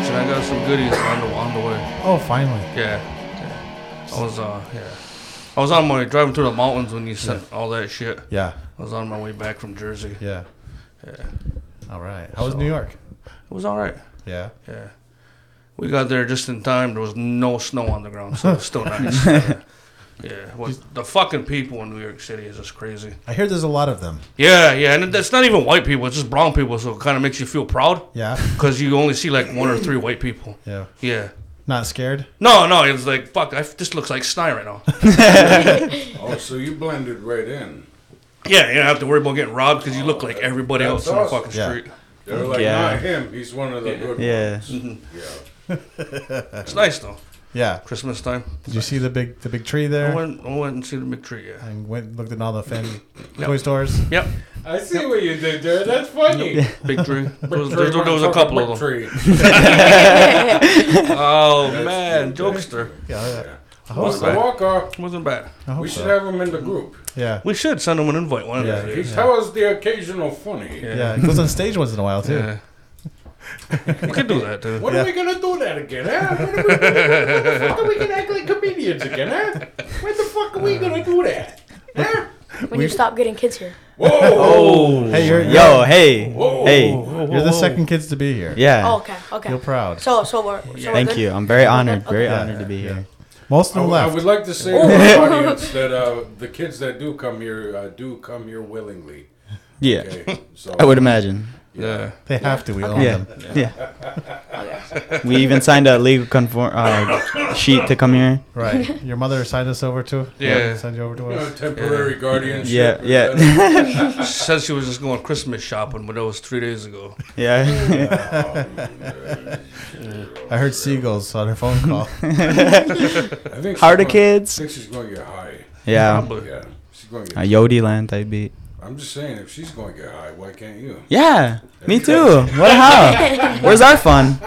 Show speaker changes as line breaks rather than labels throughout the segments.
some goodies on the on the way.
Oh, finally.
Yeah, yeah. I was uh yeah, I was on my driving through the mountains when you sent all that shit.
Yeah.
I was on my way back from Jersey.
Yeah.
Yeah,
All right. How was
So-
New York?
it was all right.
Yeah.
Yeah. We got there just in time. There was no snow on the ground, so it's still nice. yeah. yeah. What, the fucking people in New York City is just crazy.
I hear there's a lot of them.
Yeah, yeah. And that's not even white people. It's just brown people, so it kind of makes you feel proud
Yeah.
because you only see like one or three white people.
Yeah.
Yeah.
Not scared?
No, no. It's like, fuck, I, this looks like Sny right now.
Oh, so you blended right in.
Yeah, you don't have to worry about getting robbed because you look like everybody
That's
else on the
awesome.
fucking
Yeah.
street.
They're like,
Yeah.
not him. He's one of the good
Yeah.
ones. Yeah.
It's nice though.
Yeah.
Christmas time.
Did you see the big the big tree
I
there?
went, I went and see the McTree. Yeah.
And went and looked at all the fan
Yeah.
toy stores.
Yep.
I see what you did there. That's funny.
Big tree. There was, there- there was a couple of them.
them.
Oh
That's
man,
good.
jokester.
Yeah. yeah. I hope
What's
so.
the walker?
Wasn't bad.
I hope
We should
so.
have him in the group.
Yeah.
We should send him an invite one
Yeah.
of
He
these days.
tells the occasional funny.
Yeah. He goes on stage once in a while too.
Yeah. we could do that too.
When are we gonna do that again, huh? When are we gonna, when the fuck are we gonna act like comedians again, huh? When the fuck are we gonna do that? Huh?
When you stop getting kids here.
Whoa!
Oh.
Hey, you're-
Yo, hey.
Whoa.
Hey.
You're the second kids to be here.
Yeah.
Oh, okay, okay.
Feel proud.
So, so we're. So we're
Thank
good?
you. I'm very honored. Very
Okay.
honored to be here.
Most of
I,
them
w- I
left.
would like to say to the audience that uh, the kids that do come here uh, do come here willingly.
Yeah.
Okay, so
I would imagine.
Yeah.
they have to. We own
Yeah.
them.
Yeah. we even signed a legal conform uh, sheet to come here.
Right. Your mother signed us over to.
Yeah.
Signed you over to
you know,
us.
temporary guardianship.
Yeah,
is
yeah.
that-
Said she was just going Christmas shopping, but that was three days ago.
Yeah.
I heard seagulls on her phone call.
I think
How are
she's gonna-
the
I
kids?
think she's going to get high.
Yeah.
Probably.
Yeah, she's going to
A
get.
Yodi land type beat.
I'm just saying, if she's going to get high, why can't you?
Yeah. Me too. What a how? Where's our fun?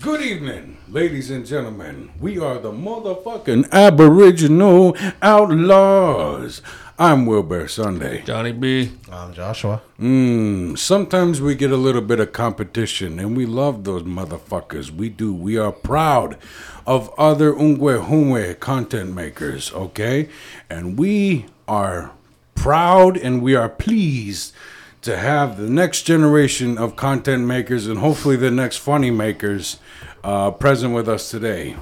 Good evening, ladies and gentlemen. We are the motherfucking Aboriginal Outlaws. I'm Wilbur Sunday.
Johnny B.
I'm Um, Joshua.
Mm, sometimes we get a little bit of competition, and we love those motherfuckers. We do. We are proud of other Ungwehunwe content makers, okay? And we are proud and we are pleased to have the next generation of content makers and hopefully the next funny makers uh, present with us today.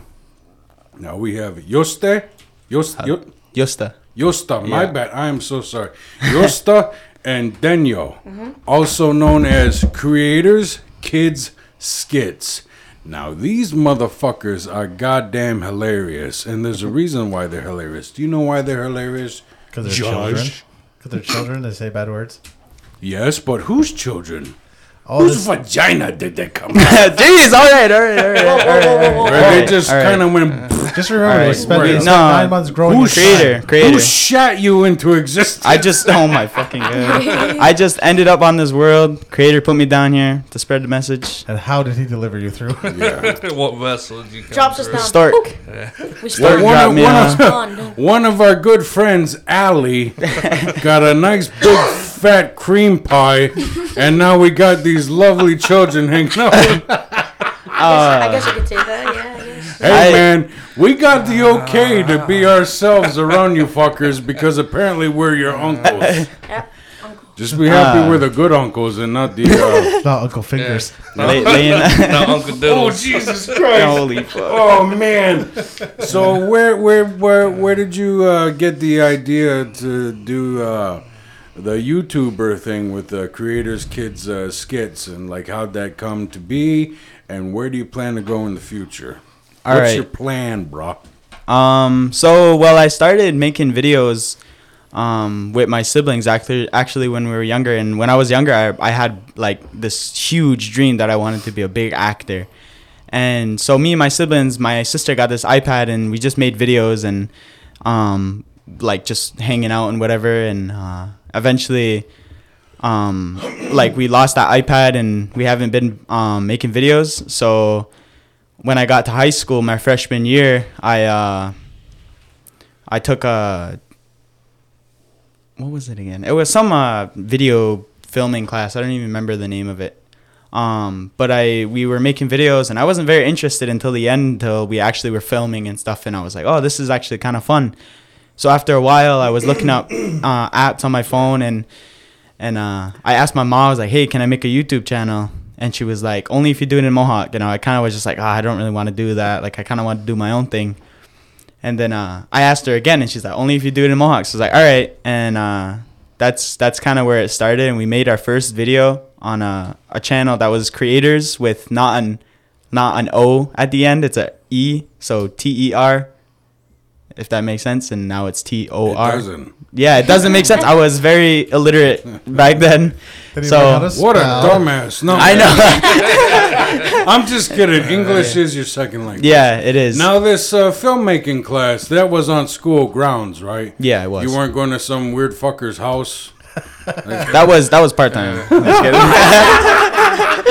Now we have Yoste. Yoste. Yo-
Yosta.
Yosta, my bad. I am so sorry. Yosta and Denyo,
Mm-hmm.
also known as creators, kids, skits. Now these motherfuckers are goddamn hilarious, and there's a reason why they're hilarious. Do you know why they're hilarious?
Because they're children. Because they're children. They say bad words.
Yes, but whose children?
Oh,
Whose
this,
vagina did they come? from?
Jeez. All right. All right. All right. All right.
they
right,
just
all right.
kind of went.
just remember, we
Alright,
spent we
right.
spent
No.
nine months growing.
Who
your son.
Creator. Creator.
Who shot you into existence?
I just oh my fucking god. I just ended up on this world. Creator put me down here to spread the message.
And how did he deliver you through?
yeah.
what vessel did you come
Drops us
through?
down.
Stark.
We
Well,
start.
one
dropped
of-
me
one
on.
of-
Done.
One of our good friends, Allie, got a nice big fat cream pie, and now we got these lovely children hanging out.
I guess I could say that. Yeah, I guess.
Hey,
I-
man, we got the okay to be ourselves around you fuckers because apparently we're your uncles.
Yep.
Just be happy
Ah.
we're the good uncles and not the. Uh,
Not Uncle Fingers.
Lay, laying,
No, Uncle
oh
Diddles.
Jesus Christ!
holy fuck.
Oh man! So where where where where did you uh, get the idea to do uh, the YouTuber thing with the creators kids uh, skits and like how'd that come to be and where do you plan to go in the future?
All
What's
right.
your plan, bro?
Um. So well, I started making videos, um, with my siblings actually actually when we were younger. And when I was younger, I I had like this huge dream that I wanted to be a big actor. And so me and my siblings, my sister got this iPad, and we just made videos and, um, like just hanging out and whatever. And uh, eventually, um like we lost that ipad and we haven't been um making videos so when i got to high school my freshman year i uh i took a what was it again it was some uh video filming class i don't even remember the name of it Um, but I we were making videos and I wasn't very interested until the end until we actually were filming and stuff and I was like, oh, this is actually kind of fun. So after a while, I was looking up uh, apps on my phone and and uh, I asked my mom, I was like, hey, can I make a YouTube channel? And she was like, only if you do it in Mohawk. You know, I kind of was just like, ah, I don't really want to do that. Like, I kind of want to do my own thing. And then uh, I asked her again, and she's like, "Only if you do it in Mohawk." So I was like, "All right," and uh, that's that's kind of where it started. And we made our first video on a, a channel that was creators with not an not an O at the end. It's a E, so T E R, if that makes sense. And now it's T O
It
R.
doesn't.
Yeah, it doesn't make sense. I was very illiterate back then,
Did he learn how
so
to
What a
spell?
dumbass! No,
I know.
I'm just kidding. English is your second language.
yeah, it is.
Now this uh, filmmaking class that was on school grounds, right?
Yeah, it was.
You weren't going to some weird fucker's house.
that was that was part time.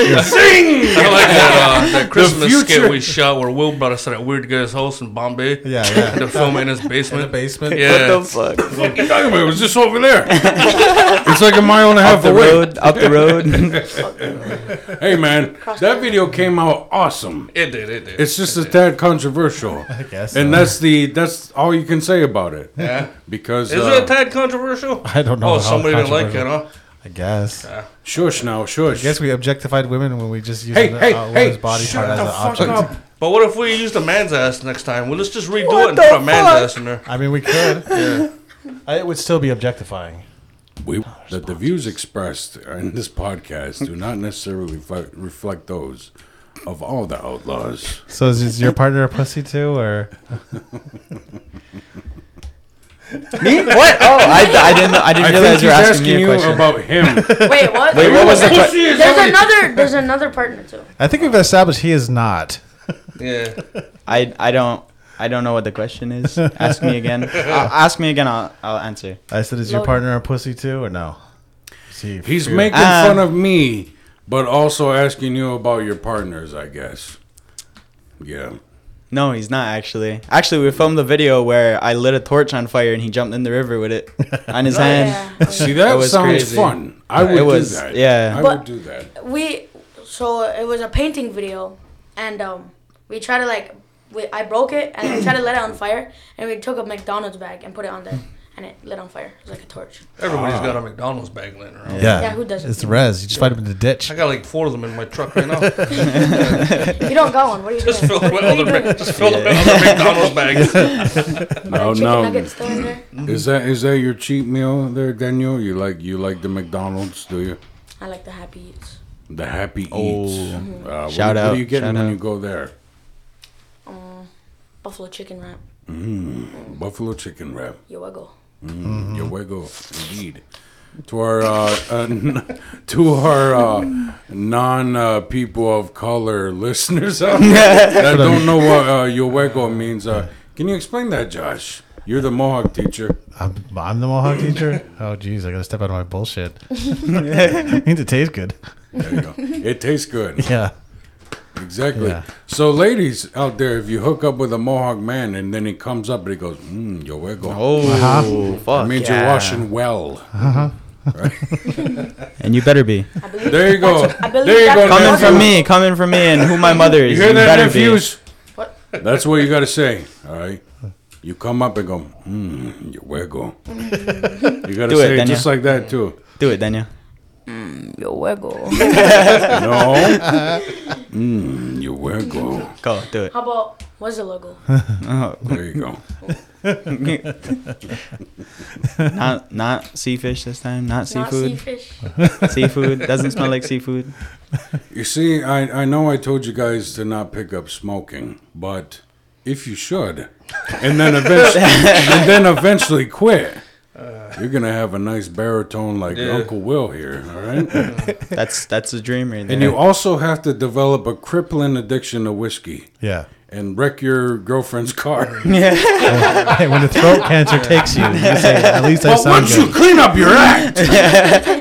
I like that, uh, that Christmas
future.
skit we shot where Will brought us to that weird guy's house in Bombay.
Yeah, yeah.
To film it in his basement.
In the basement.
Yeah.
What the fuck?
What are you talking about? It was just over there. it's like a mile and a half
Up the
away.
road, up the road.
Hey man, that video came out awesome.
It did. It did.
It's just a tad controversial. I
guess
And
so.
that's the that's all you can say about it. Yeah. Because
Is
uh,
it a tad controversial?
I don't know
Oh,
how
somebody didn't like it,
controversial.
huh?
I guess. I
shush now, shush.
guess we objectified women when we just used
hey,
a
hey,
uh,
hey!
woman's body
shut
part as
the
an
fuck
object.
up.
But what if we use the man's ass next time? Well, let's just redo it and put a man's ass in there.
I mean, we could. I, it would still be objectifying.
We, that the views expressed in this podcast do not necessarily reflect, reflect those of all the outlaws.
So is, is your partner a pussy too, or
Me? What? Oh, I, I didn't. I didn't
I think
realize
he's
you were asking,
asking,
me a
you
question.
about him.
Wait, what?
Wait, what was the
Pussy
question?
is
There's
only-
another. There's another partner too.
I think we've established he is not.
Yeah.
I, I don't. I don't know what the question is. Ask me again. I'll, ask me again. I'll, I'll answer.
I said, is your
Loaded.
partner a pussy too, or no? See,
He's
fear-
making
Uh,
fun of me, but also asking you about your partners, I guess. Yeah.
No, he's not actually. Actually, we filmed a video where I lit a torch on fire and he jumped in the river with it on his hand.
Yeah.
See, that
was
sounds
crazy.
fun. I would
It was-
do that.
yeah.
I
But-
would do that.
we so it was a painting video and um we tried to like we, i broke it and we tried to let it on fire and we took a mcdonald's bag and put it on there and it lit on fire it was like a torch
Everybody's got a McDonald's bag laying around.
Yeah.
Yeah, who doesn't?
It's Rez. You just find him in the ditch.
I got like four of them in my truck right now.
you don't got one what are you
just
doing
filled with other, Mc- just filled with other McDonald's bags.
No,
chicken
no.
nuggets still in there
Is that is that your cheat meal there, Daniel? You like you like the McDonald's, do you?
i like the happy eats
The Happy Eats. Uh, what,
Oh,
what
Shout out,
are you getting
shout
when
out.
you go there?
buffalo chicken wrap
Buffalo chicken wrap. Mm,
yo i go
Mm-hmm.
Your wiggle, indeed. To our uh, uh, n- to our uh, non uh, people of color listeners out there that don't know what uh, your wiggle means, uh, can you explain that, Josh? You're the Mohawk teacher.
I'm, I'm the Mohawk teacher. Oh, geez, I gotta step out of my bullshit. needs to taste good.
There you go. It tastes good.
Yeah.
Exactly.
Yeah.
So, ladies out there, if you hook up with a Mohawk man and then he comes up and he goes, mm, your wiggle.
Oh, fuck!
That means
yeah.
you're washing well.
And you better be
i believe
There you go.
I believe
There you
that's
go.
what-
coming
nephew.
from me, coming from me, and who my mother
You
is. You,
hear that,
better
nephews?
What?
That's what you got to say, all right? You come up and go, mm, your wiggle. You got to
Do it,
say it
Daniel.
just like that, too.
be. Do it, Daniel.
yo i go
No. Mm, your wiggle.
Go, do it.
how about what's the logo
Oh,
There you go.
not not sea fish this time. Not
not
seafood.
sea fish
seafood doesn't smell like seafood.
You see, I, I know I told you guys to not pick up smoking, but if you should, and then eventually, and then eventually quit, you're gonna have a nice baritone like
Yeah.
Uncle Will here, all right?
That's that's a dream right there.
and you also have to develop a crippling addiction to whiskey
Yeah.
and wreck your girlfriend's car.
Hey, when the throat cancer takes you, you say, at least I
But
sound
once
good.
you clean up your act,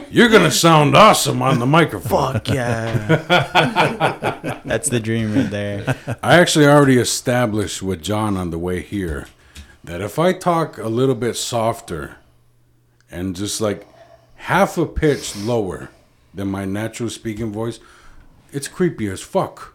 you're gonna sound awesome on the microphone.
Fuck yeah. That's the dream right there.
I actually already established with John on the way here that if I talk a little bit softer and just like half a pitch lower than my natural speaking voice, It's creepy as fuck.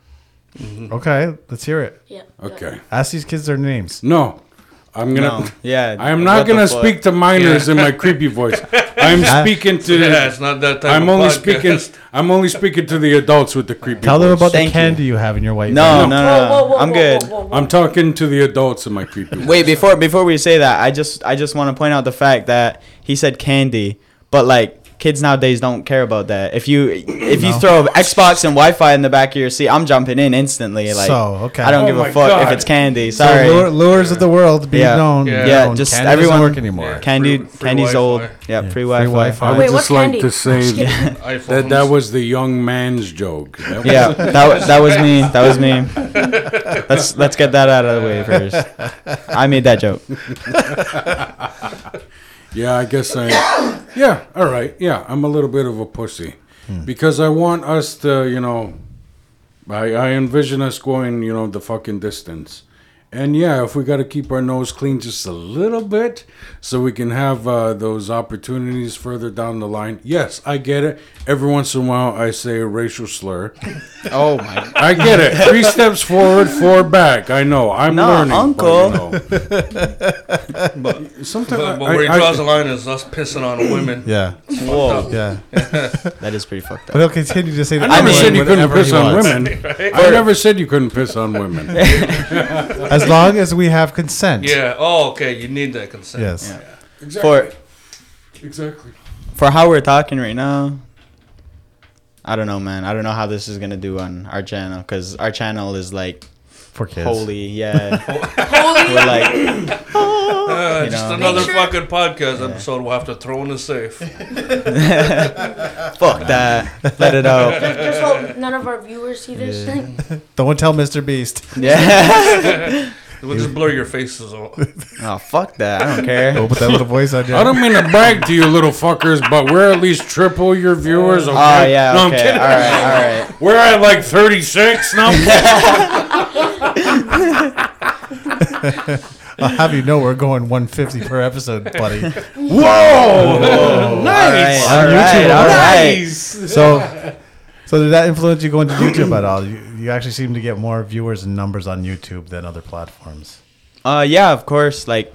Okay, let's hear it.
Yeah.
Okay.
Ask these kids their names.
No, I'm gonna.
No. Yeah.
I am
what
not
the
gonna
fuck?
speak to minors in my creepy voice. I'm speaking to.
Yeah, it's not that type
I'm
of
only
podcast.
speaking. I'm only speaking to the adults with the creepy.
Tell them
voice.
about
Thank
the
you.
candy you. have in your white.
No,
Whoa,
no, no,
whoa,
no.
whoa, whoa,
I'm
whoa,
good.
whoa, whoa, whoa.
I'm talking to the adults in my creepy. voice.
Wait, before before we say that, I just I just want to point out the fact that he said candy, but like kids nowadays don't care about that. If you if you throw Xbox and Wi-Fi in the back of your seat, I'm jumping in instantly. Like,
So, okay.
I don't
Oh
give
my
a fuck
God.
if it's candy.
So
Sorry.
lure- lures of the world be
Yeah.
known.
Yeah.
yeah,
known.
just
Candy doesn't
everyone
work anymore.
Candy,
Free- free
candy's
Wi-Fi.
old. Yeah,
Yeah,
free
free
Wi-Fi.
Wi-Fi.
I would
Wait,
just
what's
like
candy?
to say that
iPhones.
that was the young man's joke. That was-
Yeah, that wa- that was me. That was me. Let's let's get that out of the way first. I made that joke.
Yeah, I guess I. yeah, all right. Yeah, I'm a little bit of a pussy
Hmm.
because I want us to, you know, I, I envision us going, you know, the fucking distance. And yeah, if we got to keep our nose clean just a little bit so we can have uh, those opportunities further down the line. Yes, I get it. Every once in a while, I say a racial slur.
Oh my.
I get it. Three steps forward, four back. I know. I'm
No,
learning.
uncle.
But, you know. sometimes
But, but
I-
where he
I-
draws the line is us pissing on women.
Yeah,
Whoa,
yeah.
that is pretty fucked
But
up.
he'll continue to say that.
I never
mean,
said you couldn't
whenever he
piss on
wants.
women. I never said you couldn't piss on women.
As long as we have consent.
Yeah. Oh, okay. You need that consent.
Yes.
For
Exactly.
for how we're talking right now, I don't know, man. I don't know how this is gonna do on our channel because our channel is like
For kids.
holy, yeah.
Holy.
we're like, oh,
Uh,
You
just
know.
another
Make sure-
fucking podcast episode. We'll have to throw in the safe.
fuck that, let it out.
just, just hope none of our viewers see this.
Don't tell Mr. Beast.
Yeah.
We'll just blur your faces out.
Oh, fuck that. I don't care.
Oh, put that little voice on you.
I don't mean to brag to you little fuckers, but we're at least triple your viewers. Okay?
Oh yeah.
No, I'm
okay.
kidding.
All right. All right.
We're at like 36 now.
I'll have you know we're going 150 per episode, buddy.
Whoa!
Nice. All
On
right.
YouTube,
All right.
Nice.
So, so did that influence you going to YouTube at all? You, you actually seem to get more viewers and numbers on YouTube than other platforms.
Uh, yeah, of course. Like,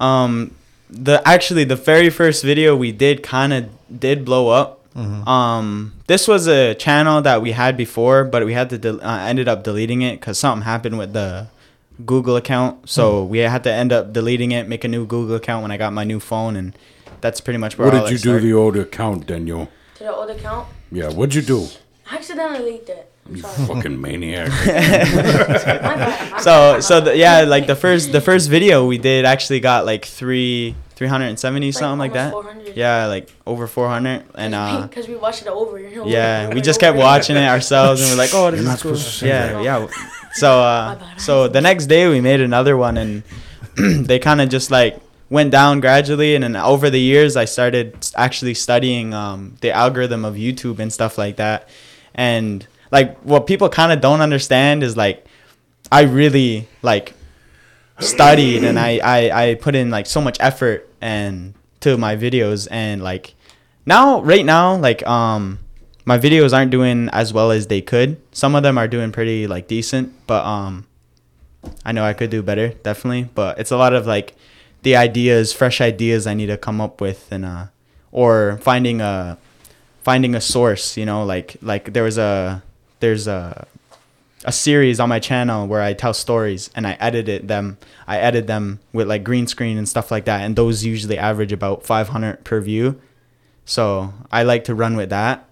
um, the actually the very first video we did kind of did blow up.
Mm-hmm.
Um, this was a channel that we had before, but we had to del- uh, ended up deleting it because something happened with the Google account. So
Mm-hmm.
we had to end up deleting it, make a new Google account when I got my new phone, and that's pretty much where.
What
all
did
that
you do
started.
the old account, Daniel?
To the old account.
Yeah, what'd you do?
I accidentally leaked it. I'm sorry.
Fucking maniac.
My bad. I'm
so
sorry.
so the, yeah, like the first the first video we did actually got like three. 370 something like
almost
that
400.
yeah like over 400 and uh
Because we watched it over. and over
Yeah,
and
we
over
just
and
kept
over.
watching it ourselves, and we're like, "Oh, this
You're not
is cool."
supposed to say
Yeah,
that.
yeah. So, uh,
bad.
so the next day we made another one, and they kind of just like went down gradually. And then over the years, I started s- actually studying um, the algorithm of YouTube and stuff like that. And like, what people kind of don't understand is like, I really like studied and I, I I put in like so much effort and to my videos and like now right now like um my videos aren't doing as well as they could. Some of them are doing pretty like decent, but um I know I could do better, definitely, but it's a lot of like the ideas, fresh ideas I need to come up with and uh or finding a finding a source, you know, like like there was a there's a a series on my channel where I tell stories and I edited them. I edit them with like green screen and stuff like that, and those usually average about 500 per view. So I like to run with that.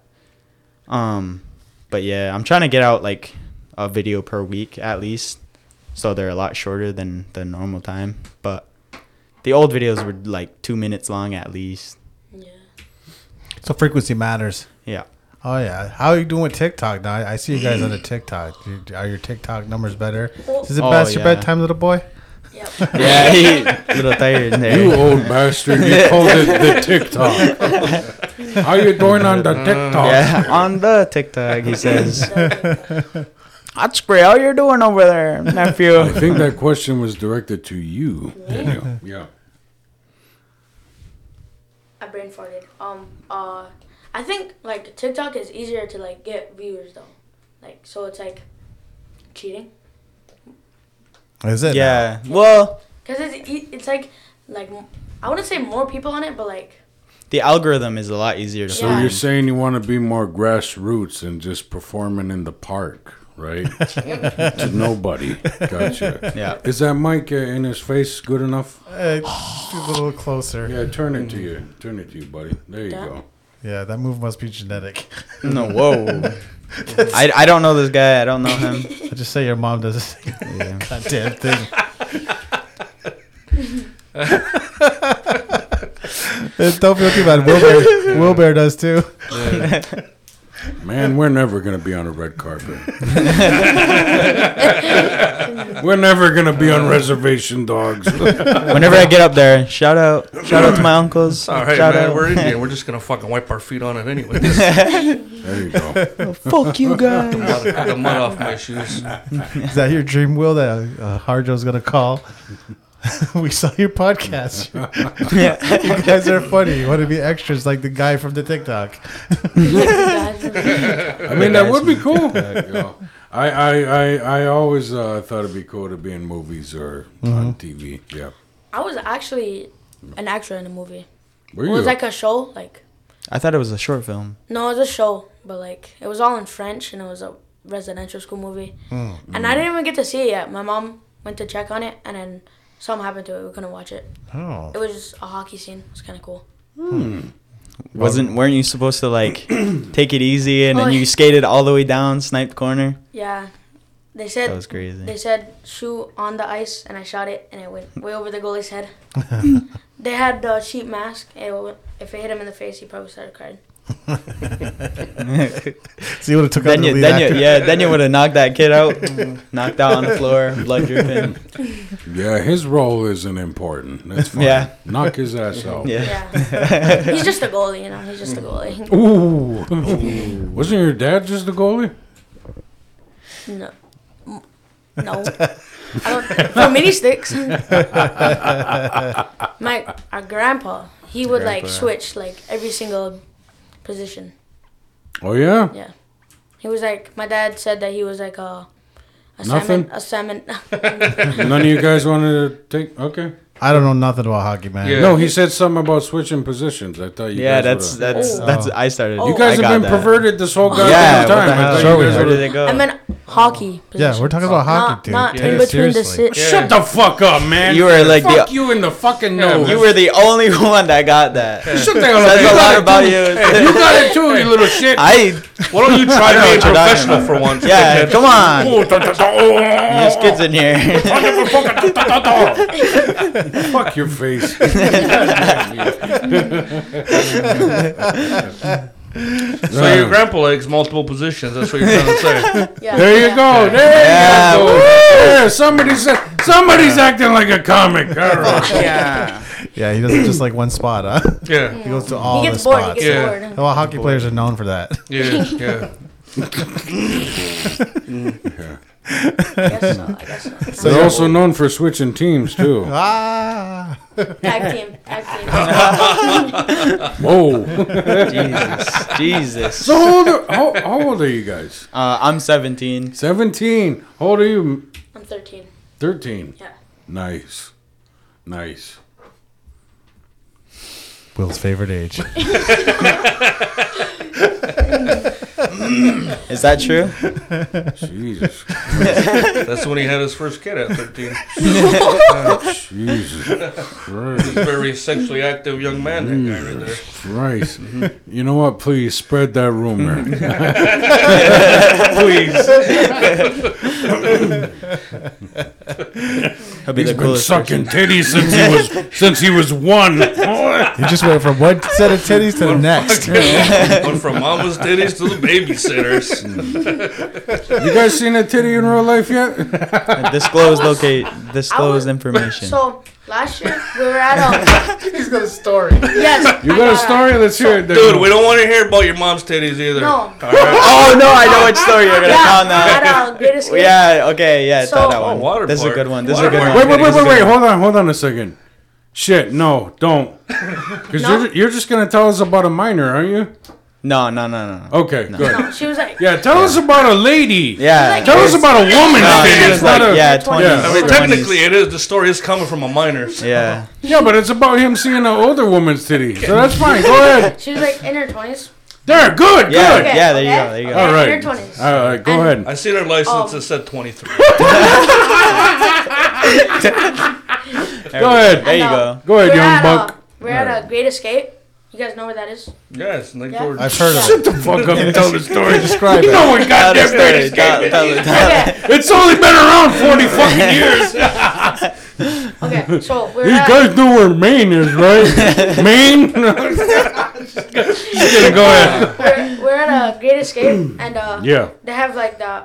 Um, but yeah, I'm trying to get out like a video per week at least, so they're a lot shorter than the normal time. But the old videos were like two minutes long at least.
Yeah.
So frequency matters.
Yeah.
Oh yeah, how are you doing with TikTok now? I I see you guys on a TikTok. You- Are your TikTok numbers better? Is it
Oh,
past your
yeah.
bedtime, little boy?
Yep.
Yeah, he, little tired in there.
You old bastard. You called it the TikTok. How you doing on the TikTok?
Yeah, on the TikTok, he says.
So,
That's great. How you doing over there,
I
nephew?
think that question was directed to you, Daniel. Yeah.
I brain farted. Um. Uh. I think like TikTok is easier to like get viewers though. Like so, it's like cheating
Is it?
yeah. Well,
because it's e- it's like like m- I wouldn't say more people on it, but like
the algorithm is a lot easier to
So
So
Yeah.
you're
find.
saying you want to be more grassroots and just performing in the park, right? to nobody. Gotcha.
Yeah.
Is that mic uh, in his face good enough?
now? Uh, it's a little closer. Yeah.
Yeah, turn it to you. Turn it to you, buddy. There you
Yeah.
go.
that move must be genetic.
No, whoa. I, I don't know this guy. I don't know him.
I just say your mom does this
Yeah.
goddamn thing. Don't feel too bad. Wilbur, Wilbur does too.
Man, we're never going to be on a red carpet. we're never going to be on reservation dogs.
Whenever I get up there, shout out, shout out to my uncles.
All right,
shout
man.
out.
We're Indian. We're just gonna fucking wipe our feet on it anyway.
there you go.
Fuck you guys.
Mud- the mud off my shoes.
Is that your dream, Will? That uh, Harjo's gonna call. we saw your podcast.
yeah.
You guys are funny. You want to be extras like the guy from the TikTok.
I mean, that would be cool. You know, I, I, I, I always uh, thought it'd be cool to be in movies or
Mm-hmm.
on TV. Yeah.
I was actually an actor in a movie.
Were
It
you?
was like a show, like
I thought it was a short film.
no, it was a show, but like it was all in French and it was a residential school movie. And I didn't even get to see it yet. My mom went to check on it, and then something happened to it. We couldn't watch it.
Oh,
It was just a hockey scene. It was kind of cool.
Wasn't weren't you supposed to like take it easy and
Oh,
then you
yeah.
skated all the way down, sniped corner?
Yeah, they
That
said
was
They
crazy.
said shoot on the ice, and I shot it, and it went way over the goalie's head. they had the sheet mask. It w if it hit him in the face, he probably started crying.
so you would have took out
Then
the
you,
lead
then
actor.
you, yeah, then you would have knocked that kid out, knocked out on the floor, blood dripping.
Yeah, his role isn't important. That's fine.
Yeah.
Knock his ass out.
Yeah.
Yeah, he's just a goalie, you know. He's just a goalie.
Ooh. Wasn't your dad just the goalie?
No, M- no. I don't, for mini sticks, my our grandpa, he would like switch like every single position.
Oh, yeah?
Yeah, he was like my dad said that he was like a. A
Nothing?
salmon, a salmon.
None of you guys wanted to take. Okay.
I don't know nothing about hockey, man.
Yeah.
No, he said something about switching positions. I thought you
Yeah,
guys
that's
would've-
that's
Oh.
that's I started.
You
You guys
I
have
got
been
that.
perverted this whole goddamn
Yeah,
time.
what the
I thought
hell?
you
Sure we
guys
are.
Where
would've-
did it go?
I meant hockey.
Yeah, we're
positions.
talking about hockey,
Not-
dude.
not
Yeah,
in between the
seriously.
sit.
Yeah.
Shut the fuck up, man.
You were like the-
fuck you in the fucking nose.
you were the only one that got that.
Shut the hell up.
Says
You
a
got
lot
it
about
too. You
you.
got it too, you little shit.
I
Why don't you try to be a
what you're talking
professional for once?
yeah,
dickhead?
come on.
Oh, da- da- da-
There's kids in here.
Fuck your face.
So your grandpa likes multiple positions. That's what you're trying to say.
Yeah.
There you
yeah.
go. There
Yeah,
you go.
woo.
Yeah, somebody's somebody's acting like a comic. All right.
yeah.
Yeah, he doesn't just like one spot, huh? He
Yeah,
goes to all
He
the
gets bored. He
spots.
gets
Yeah.
bored.
Well, hockey players are known for that.
yeah, yeah.
I guess so. I guess so.
So
They're also known for switching teams too.
Ah,
tag team. Tag
Whoa.
Jesus. Jesus.
So how old are, how, how old are you guys?
Uh, I'm 17.
Seventeen. How old are you?
team. I'm 13.
Thirteen.
Yeah.
Nice. Nice.
Will's favorite age.
Is that true?
Jesus.
That's when he had his first kid at 13.
Jesus. Christ.
Very sexually active young man.
Mm.
That guy right there.
Christ. You know what? Please spread that rumor.
Please.
He'll be
He's
the
been
coolest. person.
sucking titties since he was since he was one.
You just went from one set of titties to the next.
Went from mama's titties to the babysitters.
You guys seen a titty in real life yet?
Disclose locate. Disclose
was-
information.
So last year we were at um.
He's got a story.
yes.
You
I
got a
that.
story? Let's hear it.
Dude, we don't want to hear about your mom's titties either.
No.
All right.
oh no, I know which story you're gonna
Yeah.
tell
At
now.
uh, greatest. Hits.
Yeah. Okay. Yeah.
So-
tell that
Oh,
one.
water
this is a
park.
good one. This is a
Water
good
park.
one.
Wait, wait, wait, wait, wait. Hold on, hold on a second. Shit, no, don't. Because
No?
you're, you're just going to tell us about a minor, aren't you?
No, no, no, no. no.
Okay,
No.
good.
No, she was like,
Yeah, tell us about a lady.
Yeah.
Tell us about a woman.
No,
Finn.
she
It's
was
not
like,
a-
yeah,
Yeah,
20s.
I
Yeah.
mean, technically, it is. The story is coming from a minor. so-
Yeah.
yeah, but it's about him seeing an older woman's titty. So that's fine. Go ahead.
she was like in her twenties.
There, good,
Yeah.
good.
there you go, there you go.
All right.
In her twenties.
All right, go ahead.
I seen her license.
Um,
It said 23.
Go ahead.
There you
And,
go.
uh,
Go ahead,
we're
young
at, uh,
buck.
We're at a Great Escape. You guys know where that is?
yeah, it's Lake
Yeah.
George.
I've heard of it.
Shut the fuck up and tell the story.
Describe
You
it.
know what goddamn
Tell
great
the story,
escape
tell-
is.
tell-
Okay.
It's only been around 40 fucking years.
Okay. So we're
You
at.
guys know where Maine is, right? Maine? Just kidding, go ahead.
we're, we're at a Great Escape, and uh,
Yeah.
they have like the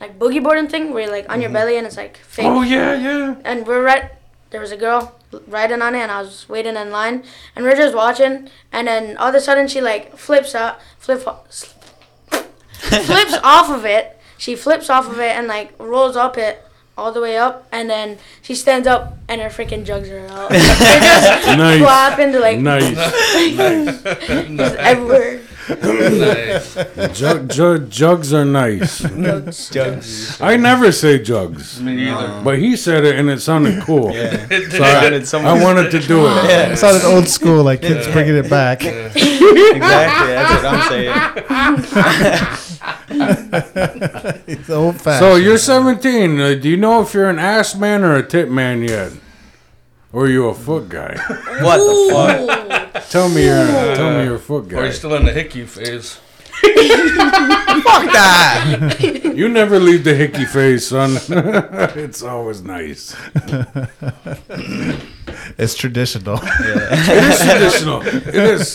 like boogie boarding thing where you're like on your belly and it's like fake.
Oh, yeah, yeah.
And we're right. There was a girl riding on it, and I was waiting in line, and we're just watching, and then all of a sudden she like flips out, flip, flips off of it. She flips off of it and like rolls up it. All the way up, and then she stands up, and her freaking jugs are out. They just
Nice.
flop into like
Nice.
just everywhere.
Nice.
Jug, jug, jugs are nice. I never say jugs,
Me either.
but he said it and it sounded cool.
Sorry.
Did someone-
I wanted to do it.
Yeah,
It sounded old school, like kids bringing it back.
exactly. That's what I'm saying.
It's old fashioned.
So you're 17. Uh, do you know if you're an ass man or a tit man yet? Or are you a foot guy?
What the fuck?
Ooh.
tell me you're tell me you're a foot
Are
guy.
you still in the hickey phase?
Fuck that.
You never leave the hickey phase, son. it's always nice.
it's traditional.
It is traditional. It is.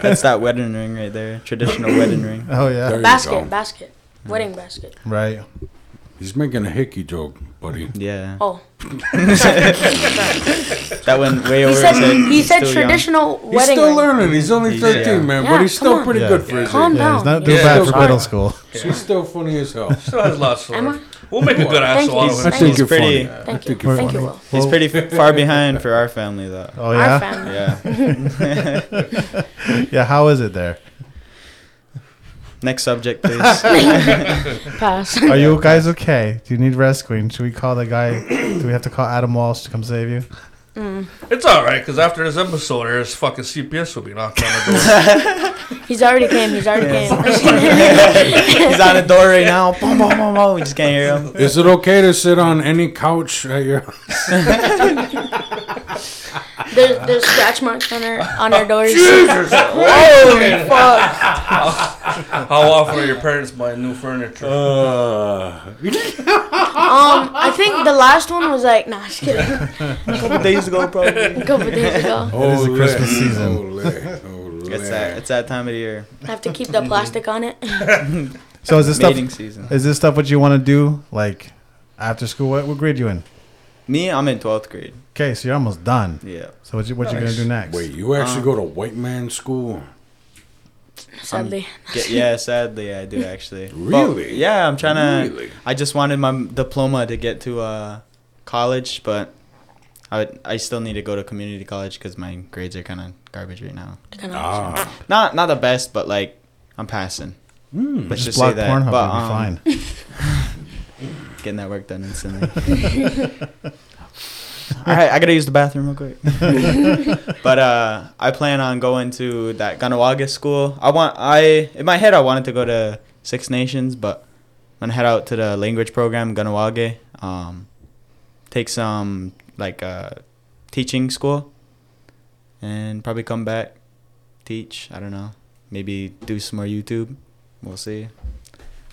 That's that wedding ring right there. Traditional wedding ring.
Oh yeah,
There you
Basket,
go.
basket, wedding basket.
right.
He's making a hickey joke, buddy.
Yeah.
Oh,
That went way over his
he said
head.
he
He's
said
still young.
traditional wedding.
He's still
ring.
learning. He's only
He's-
13,
yeah.
man,
Yeah,
but he's still
come on.
pretty
Yeah.
good for his
Calm
age.
Yeah, it's
down.
not too
Yeah.
bad for middle school.
He's still funny as hell.
Still has lots to
Am I?
learn. We'll make a good
Thank
asshole out
you.
of
Thank
it.
I think
you're pretty-
I
Thank you.
think you're
Thank
funny.
you, Will.
He's pretty f- far behind for our family though.
Oh
Our
yeah,
family.
Yeah.
yeah. How is it there?
Next subject, please.
Pass.
Are you guys okay? Do you need rescuing? Should we call the guy? Do we have to call Adam Walsh to come save you?
It's all right, because after this episode, there's fucking CPS will be knocking on the door.
He's already came. He's already came.
He's on the door right now. Boom, boom, boom, boom. We just can't hear him.
Is it okay to sit on any couch at your
there's, there's scratch marks on her on her doors.
Holy fuck.
How often are your parents buying new furniture?
Uh,
Um, I think the last one was like, nah, just kidding. A
couple days ago, probably.
couple days ago.
it
is the Christmas season.
It's that. It's that time of the year.
I have to keep the plastic on it.
So is this stuff?
Mating season.
Is this stuff what you want to do? Like after school? What, what grade you in?
Me, I'm in twelfth grade.
Okay, so you're almost done.
Yeah.
So what you what you gonna do next?
Wait, you actually
uh,
go to white man school?
Sadly,
Ge- yeah, sadly, I do actually. But,
Really?
yeah, I'm trying to.
Really?
I just wanted my m- diploma to get to uh, college, but I would, I still need to go to community college because my grades are kind of garbage right now.
kind of.
Ah,
Not not the best, but like I'm passing. Let's
Hmm. Just
just
block
say that.
Pornhub. you'll
but,
be
um,
fine.
Getting that work done instantly. All right, I gotta use the bathroom real quick. but uh, I plan on going to that Gunawaga school. I want I in my head I wanted to go to Six Nations, but I'm gonna head out to the language program Gunawaga. Um, take some like uh, teaching school, and probably come back teach. I don't know. Maybe do some more YouTube. We'll see.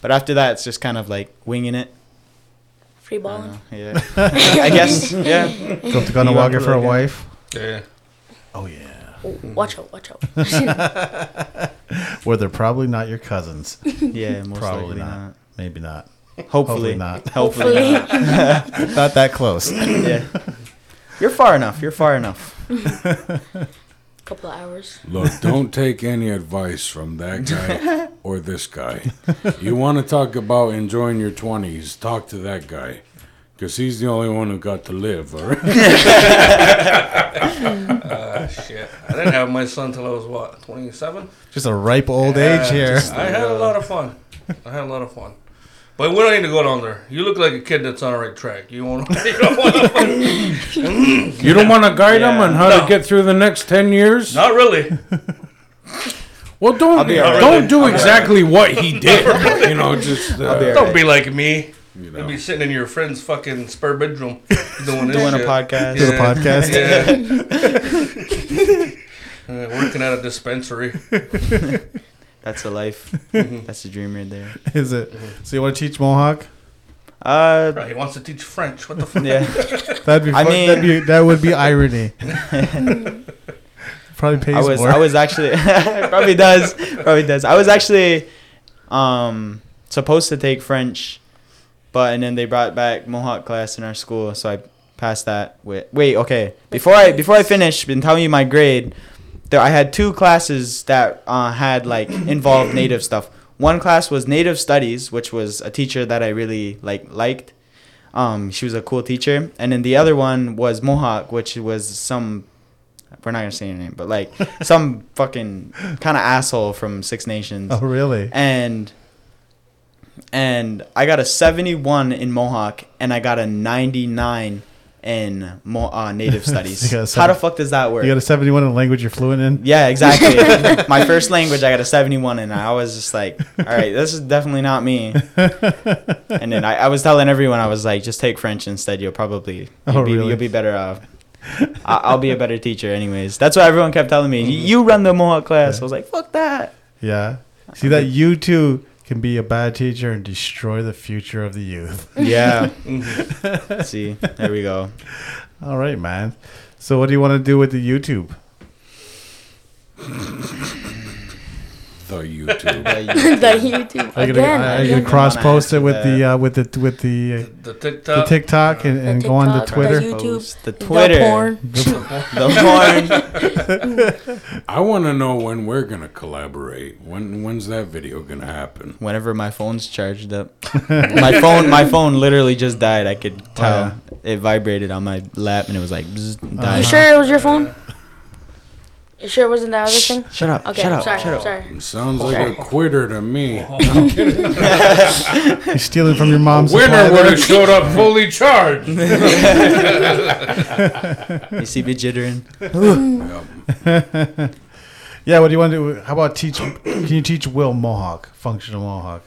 But after that, it's just kind of like winging it.
Free
I don't
balling.
know, Yeah. I guess. Yeah.
Go up to
um, You want
Gunawaga
to
for a
look at-
wife.
Yeah.
Oh yeah,
Oh, watch out! Watch out!
where they're probably not your cousins.
Yeah. Most
Probably
likely
not.
not.
Maybe not.
Hopefully.
not.
Hopefully.
Hopefully,
not.
Not that close.
yeah. You're far enough. You're far enough.
couple of hours.
look, don't take any advice from that guy or this guy. You want to talk about enjoying your 20s, talk to that guy. Because he's the only one who got to live, all right?
Ah, shit. I didn't have my son till I was what, 27?
Just a ripe old age here.
I had a lot of fun. I had a lot of fun. But we don't need to go down there. You look like a kid that's on the right track. You won't. You don't want to.
You don't want to guide him
Yeah.
on how
No.
to get through the next 10 years?
Not really.
Well, don't
be all right.
don't do exactly what he did. you know, just uh,
be all
Don't be like me.
you
You'll
know.
be sitting in your friend's fucking spare bedroom doing this
Doing a
shit.
podcast.
Doing a podcast.
Yeah. Uh, working at a dispensary. Mm-hmm.
That's the life. That's the dream right there.
Is it? So you want to teach Mohawk?
Uh,
Right, he wants to teach French. What the fuck?
yeah.
That'd be.
I
fun-
mean-
that'd be, that would be irony. Probably pays
I was
more.
I was actually probably does probably does. I was actually um supposed to take French, but and then they brought back Mohawk class in our school, so I passed that with. Wait, okay. Before I before I finish, been telling you my grade. There, I had two classes that uh, had like involved native stuff. One class was native studies, which was a teacher that I really like liked. Um, she was a cool teacher, and then the other one was Mohawk, which was some we're not gonna say your name, but like some fucking kind of asshole from Six Nations,
oh really?
and and I got a seventy-one in Mohawk, and I got a ninety-nine in Mo- uh, Native Studies.
You got a
How the
seven-
fuck does that work?
You got a seventy-one in language you're fluent in.
yeah, exactly. My first language, I got a seventy-one, and I was just like, "All right, this is definitely not me." And then I, I was telling everyone, I was like, "Just take French instead. You'll probably you'll,
Oh,
be,
really?
you'll be better off." I- I'll be a better teacher, anyways. That's what everyone kept telling me. You run the Mohawk class. I was like, fuck that.
yeah. See that you too can be a bad teacher and destroy the future of the youth.
Yeah. See, there we go.
All right, man. So what do you want to do with the YouTube?
the YouTube.
But
the YouTube
Are you gonna, are
again.
you
again.
gonna cross post it with
Wanna ask
the uh, with the with the, uh,
The
the
TikTok.
TikTok and, and go on to
TikTok,
Twitter?
the YouTube,
the Twitter,
the porn.
the porn.
I want to know when we're gonna collaborate. When when's that video gonna happen?
Whenever my phone's charged up, my phone, my phone literally just died. I could
Oh,
tell it vibrated on my lap, and it was like, bzz,
Uh-huh.
died.
You sure it was your phone? You sure it wasn't that other thing?
Shut up!
Okay,
shut up!
sorry,
Shut up!
sorry.
It sounds like a quitter to me.
You're stealing from your mom's
Winner
supply
would have
there?
showed up fully charged.
You see me jittering?
Yeah, what do you want to do? How about teach? Can you teach Will Mohawk, functional Mohawk?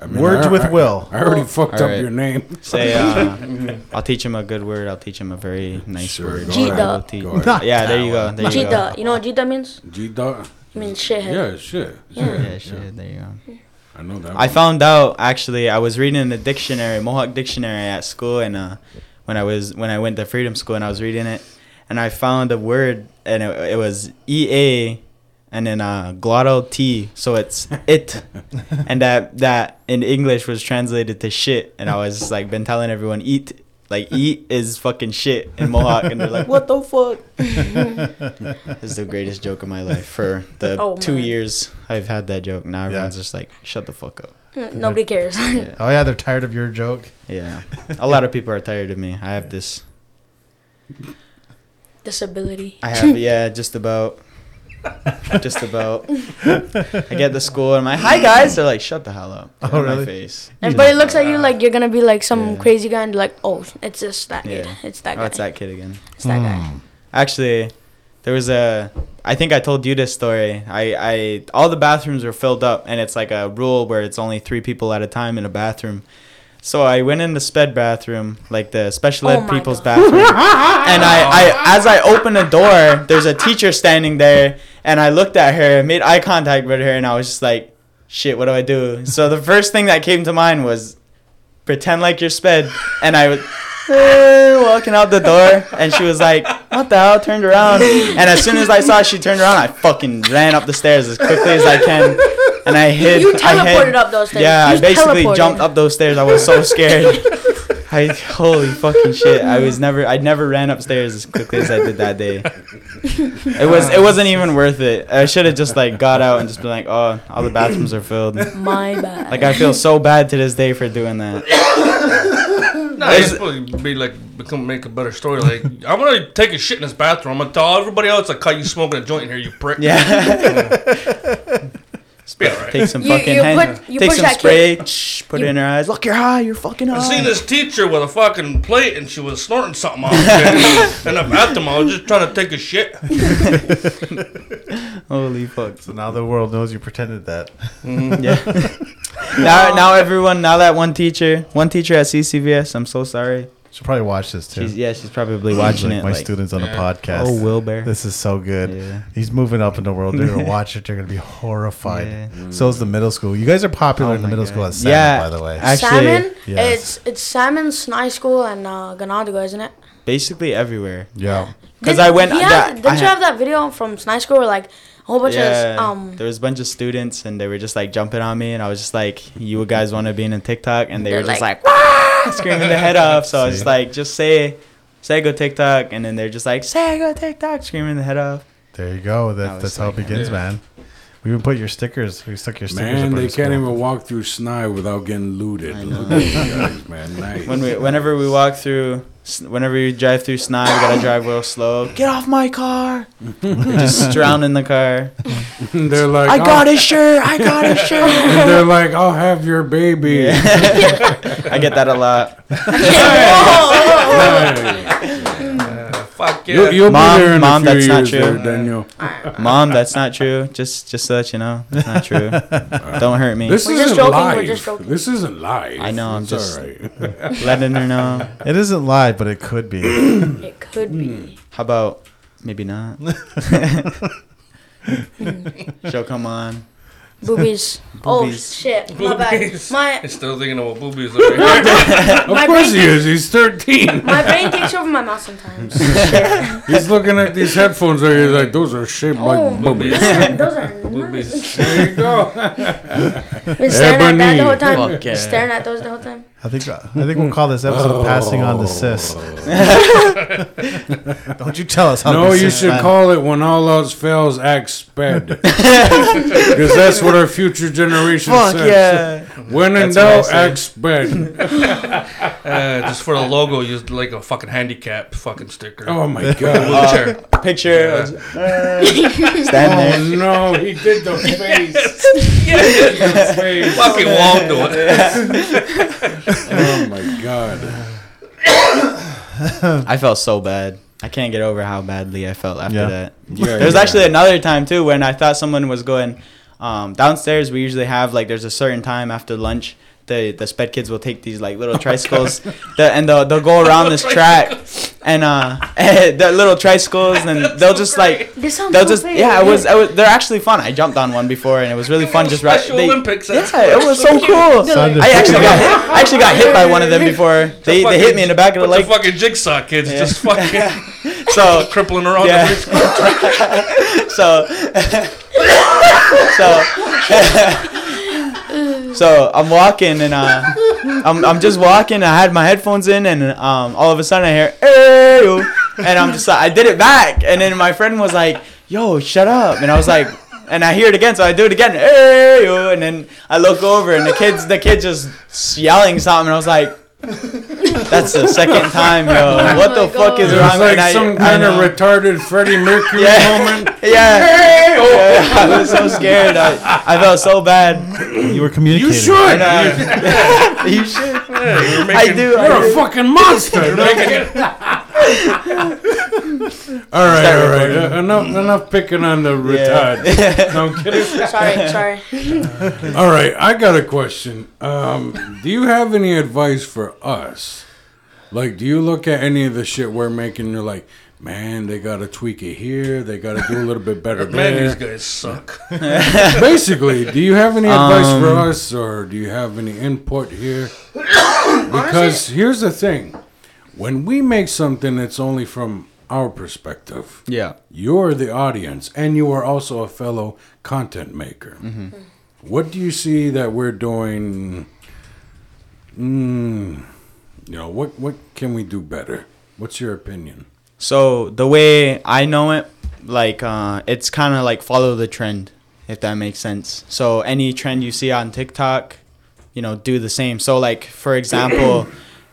I mean,
Words
I-
with
I-
Will.
I already fucked up
right.
your name.
Say, uh, I'll teach him a good word. I'll teach him a very nice
Sure,
word.
go
I
ahead.
will teach-
Go ahead.
Yeah, there you go. There you go.
Jita. You know what Jita means?
G dot.
It means shithead.
Yeah, shit. Yeah,
Yeah, shit. There you go.
I know that.
I
one.
found out actually. I was reading the dictionary, Mohawk dictionary, at school, and uh, when I was when I went to Freedom School, and I was reading it, and I found a word, and it, it was E A, and then uh, glottal T, so it's it, and that that in English was translated to shit, and I was just, like been telling everyone eat. Like eat is fucking shit in Mohawk, and they're like, "What the fuck?" this is the greatest joke of my life. For the
Oh,
two
man.
years I've had that joke, now everyone's
Yeah.
just like, "Shut the fuck up."
Mm, Nobody cares.
Oh yeah, they're tired of your joke.
Yeah. A lot of people are tired of me. I have this.
Disability.
I have, yeah, just about. Just about. I get to school and I'm like, hi guys. They're like, shut the hell up.
Oh,
In
really?
my face.
Everybody looks at you like you're gonna be like some
Yeah.
crazy guy and like, oh, it's just that
Yeah.
kid. It's that
Oh,
guy.
it's hmm. that kid again.
It's that
Hmm.
guy.
Actually, there was a. I think I told you this story. I, I all the bathrooms were filled up, and it's like a rule where it's only three people at a time in a bathroom. So I went in the sped bathroom, like the special
Oh
ed
my
people's
God.
bathroom, and I, I as I opened the door, there's a teacher standing there, and I looked at her, made eye contact with her, and I was just like, "Shit, what do I do?" So the first thing that came to mind was pretend like you're sped, and I was eh, walking out the door, and she was like, "What the hell?" Turned around, and as soon as I saw she turned around, I fucking ran up the stairs as quickly as I can, and I hid.
You
I hid-
teleported up those stairs.
Yeah,
you
I basically
teleported.
jumped up those stairs. I was so scared. I holy fucking shit! I was never, I never ran upstairs as quickly as I did that day. It was, it wasn't even worth it. I should have just like got out and just been like, oh, all the bathrooms are filled.
My bad.
Like I feel so bad to this day for doing that.
No, it's supposed to be like become make a better story. Like I'm gonna take a shit in this bathroom. I'm gonna tell everybody else I caught you smoking a joint in here. You prick.
yeah.
Be all right.
Take some
You-
fucking
you
hand,
put- you
take
push
some
that
spray,
kid-
shh, put it in her eyes. Look, you're high. You're fucking high.
I seen this teacher with a fucking plate and she was snorting something off it. in the bathroom. I was just trying to take a shit.
Holy fuck.
So now the world knows you pretended that.
Yeah. now, now everyone, now that one teacher, one teacher at CCVS. I'm so sorry.
She'll probably watch this too.
She's yeah, she's probably watching
Like,
it.
my
like,
students on a podcast.
Oh, Will Bear.
This is so good.
Yeah.
He's moving up in the world. They're gonna watch it. They're gonna be horrified.
Yeah.
So is the middle school. You guys are popular
Oh
in the
my
middle
God.
school at Salmon,
Yeah.
by the way.
I- Actually,
Salmon?
yes.
It's it's Salmon, Snai School, and uh, Ganado, isn't it?
Basically everywhere.
yeah.
'Cause
Did-
I went-
he had-
that-
didn't
I
you
had-
have that video from Snai School where like a whole bunch
Yeah.
of um?
there was a bunch of students and they were just like jumping on me and I was just like, you guys want to be in a TikTok? And they
They're
were just
like,
like, "Wah!" screaming their head off. So I was just like, just say, say go TikTok. And then they're just like, say go TikTok, screaming the head off.
There you go.
I
That,
was
that's how it
like,
begins,
yeah.
man. We even put your stickers. We stuck your stickers.
Man,
up
they
in
can't
school.
even walk through Snide without getting looted. Look at these guys, man. Nice.
When we, whenever we walk through, whenever we drive through Snide, we gotta drive real slow. Get off my car! They're just drowning the car.
they're like,
I
"Oh,"
got his shirt. I got his shirt.
and they're like, I'll have your baby.
I get that a lot.
Hey,
Uh, fuck yeah.
You, will
Mom-
be there in
Mom,
a few
that's not
years
true.
there, Daniel.
Mom, that's not true. Just, just to let you know, that's not true. Don't hurt me.
This
We're just
isn't
joking, we're
live.
just joking.
This isn't live.
I know, I'm
It's
just-
all right.
Letting her know.
It isn't live, but it could be.
It could be.
How about maybe not? She'll come on.
Boobies. Oh
Hmm. Boobies.
shit. My bad.
Boobies.
My
Still thinking about boobies over here.
Of
My
course he
brain-
is. He's 13.
my brain takes over my mouth sometimes.
He's looking at these headphones right here. He's like, those are shaped
Oh.
like boobies.
boobies.
Those are nice.
boobies.
There you go.
Been staring at that the whole
Ebony.
time.
Fuck yeah.
Staring at those the whole time.
I think. I think we'll call this episode "Passing on the Sis."
Oh.
Don't you tell us how.
No,
this
you
is
should
done.
call it when all else fails, act sped. Because that's what our future generation
Fuck
says.
yeah.
When in
That's what I
doubt, act
say.
sped.
Uh, just for the logo, used like a fucking handicap fucking sticker.
Oh my god.
Wheelchair.
Uh, Picture. of- stand there.
Oh no, he did the face.
yeah,
The face.
fucking Waldo.
Oh my god.
I felt so bad. I can't get over how badly I felt after
Yeah.
that.
Yeah,
There was
yeah.
actually another time too when I thought someone was going um, downstairs. We usually have like there's a certain time after lunch. The the sped kids will take these like little tricycles, the, and they'll they'll go around this track, and uh, the little tricycles, and they'll just like
This sounds
they'll
so
just
fake.
yeah. It was, it was they're actually fun. I jumped on one before, and it was really fun. Just right,
Special
they-
Olympics.
yeah, it was so cool.
Sounded
I actually
pretty
got hit, I actually got hit by one of them before. They, they hit me in the back of the
But
leg.
the fucking jigsaw kids just fucking
So
crippling around.
Yeah.
The bridge.
so so so I'm walking and uh, I'm I'm just walking. I had my headphones in and um, all of a sudden I hear "Ayo," and I'm just like I did it back and then my friend was like yo shut up and I was like and I hear it again so I do it again "Ayo," and then I look over and the kids the kid just yelling something and I was like. That's the second time, yo. What the
Oh my God.
fuck is
It
wrong?
was like
And I-
some
I
kind of
know.
retarded Freddie Mercury
Yeah.
moment. oh.
Yeah. Yeah, I was so scared. I, I felt so bad.
You were communicating.
You should.
And, uh, you should.
Yeah, you're
I
making-
do. I
You're a
do.
fucking monster. all right, all right. Uh, enough, enough picking on the
Yeah.
retard. No, I'm kidding.
Sorry, sorry.
All right, I got a question. Um, do you have any advice for us? Like, do you look at any of the shit we're making? And you're like, man, they gotta tweak it here. They gotta do a little bit better
Man, these
there.
guys suck.
Basically, do you have any advice for us, or do you have any input here? Because here's the thing: when we make something, it's only from our perspective.
Yeah.
You're the audience, and you are also a fellow content maker. What do you see that we're doing? Mm, you know, what what can we do better? What's your opinion?
So the way I know it, like uh, it's kind of like follow the trend, if that makes sense. So any trend you see on TikTok, you know, do the same. So like for example,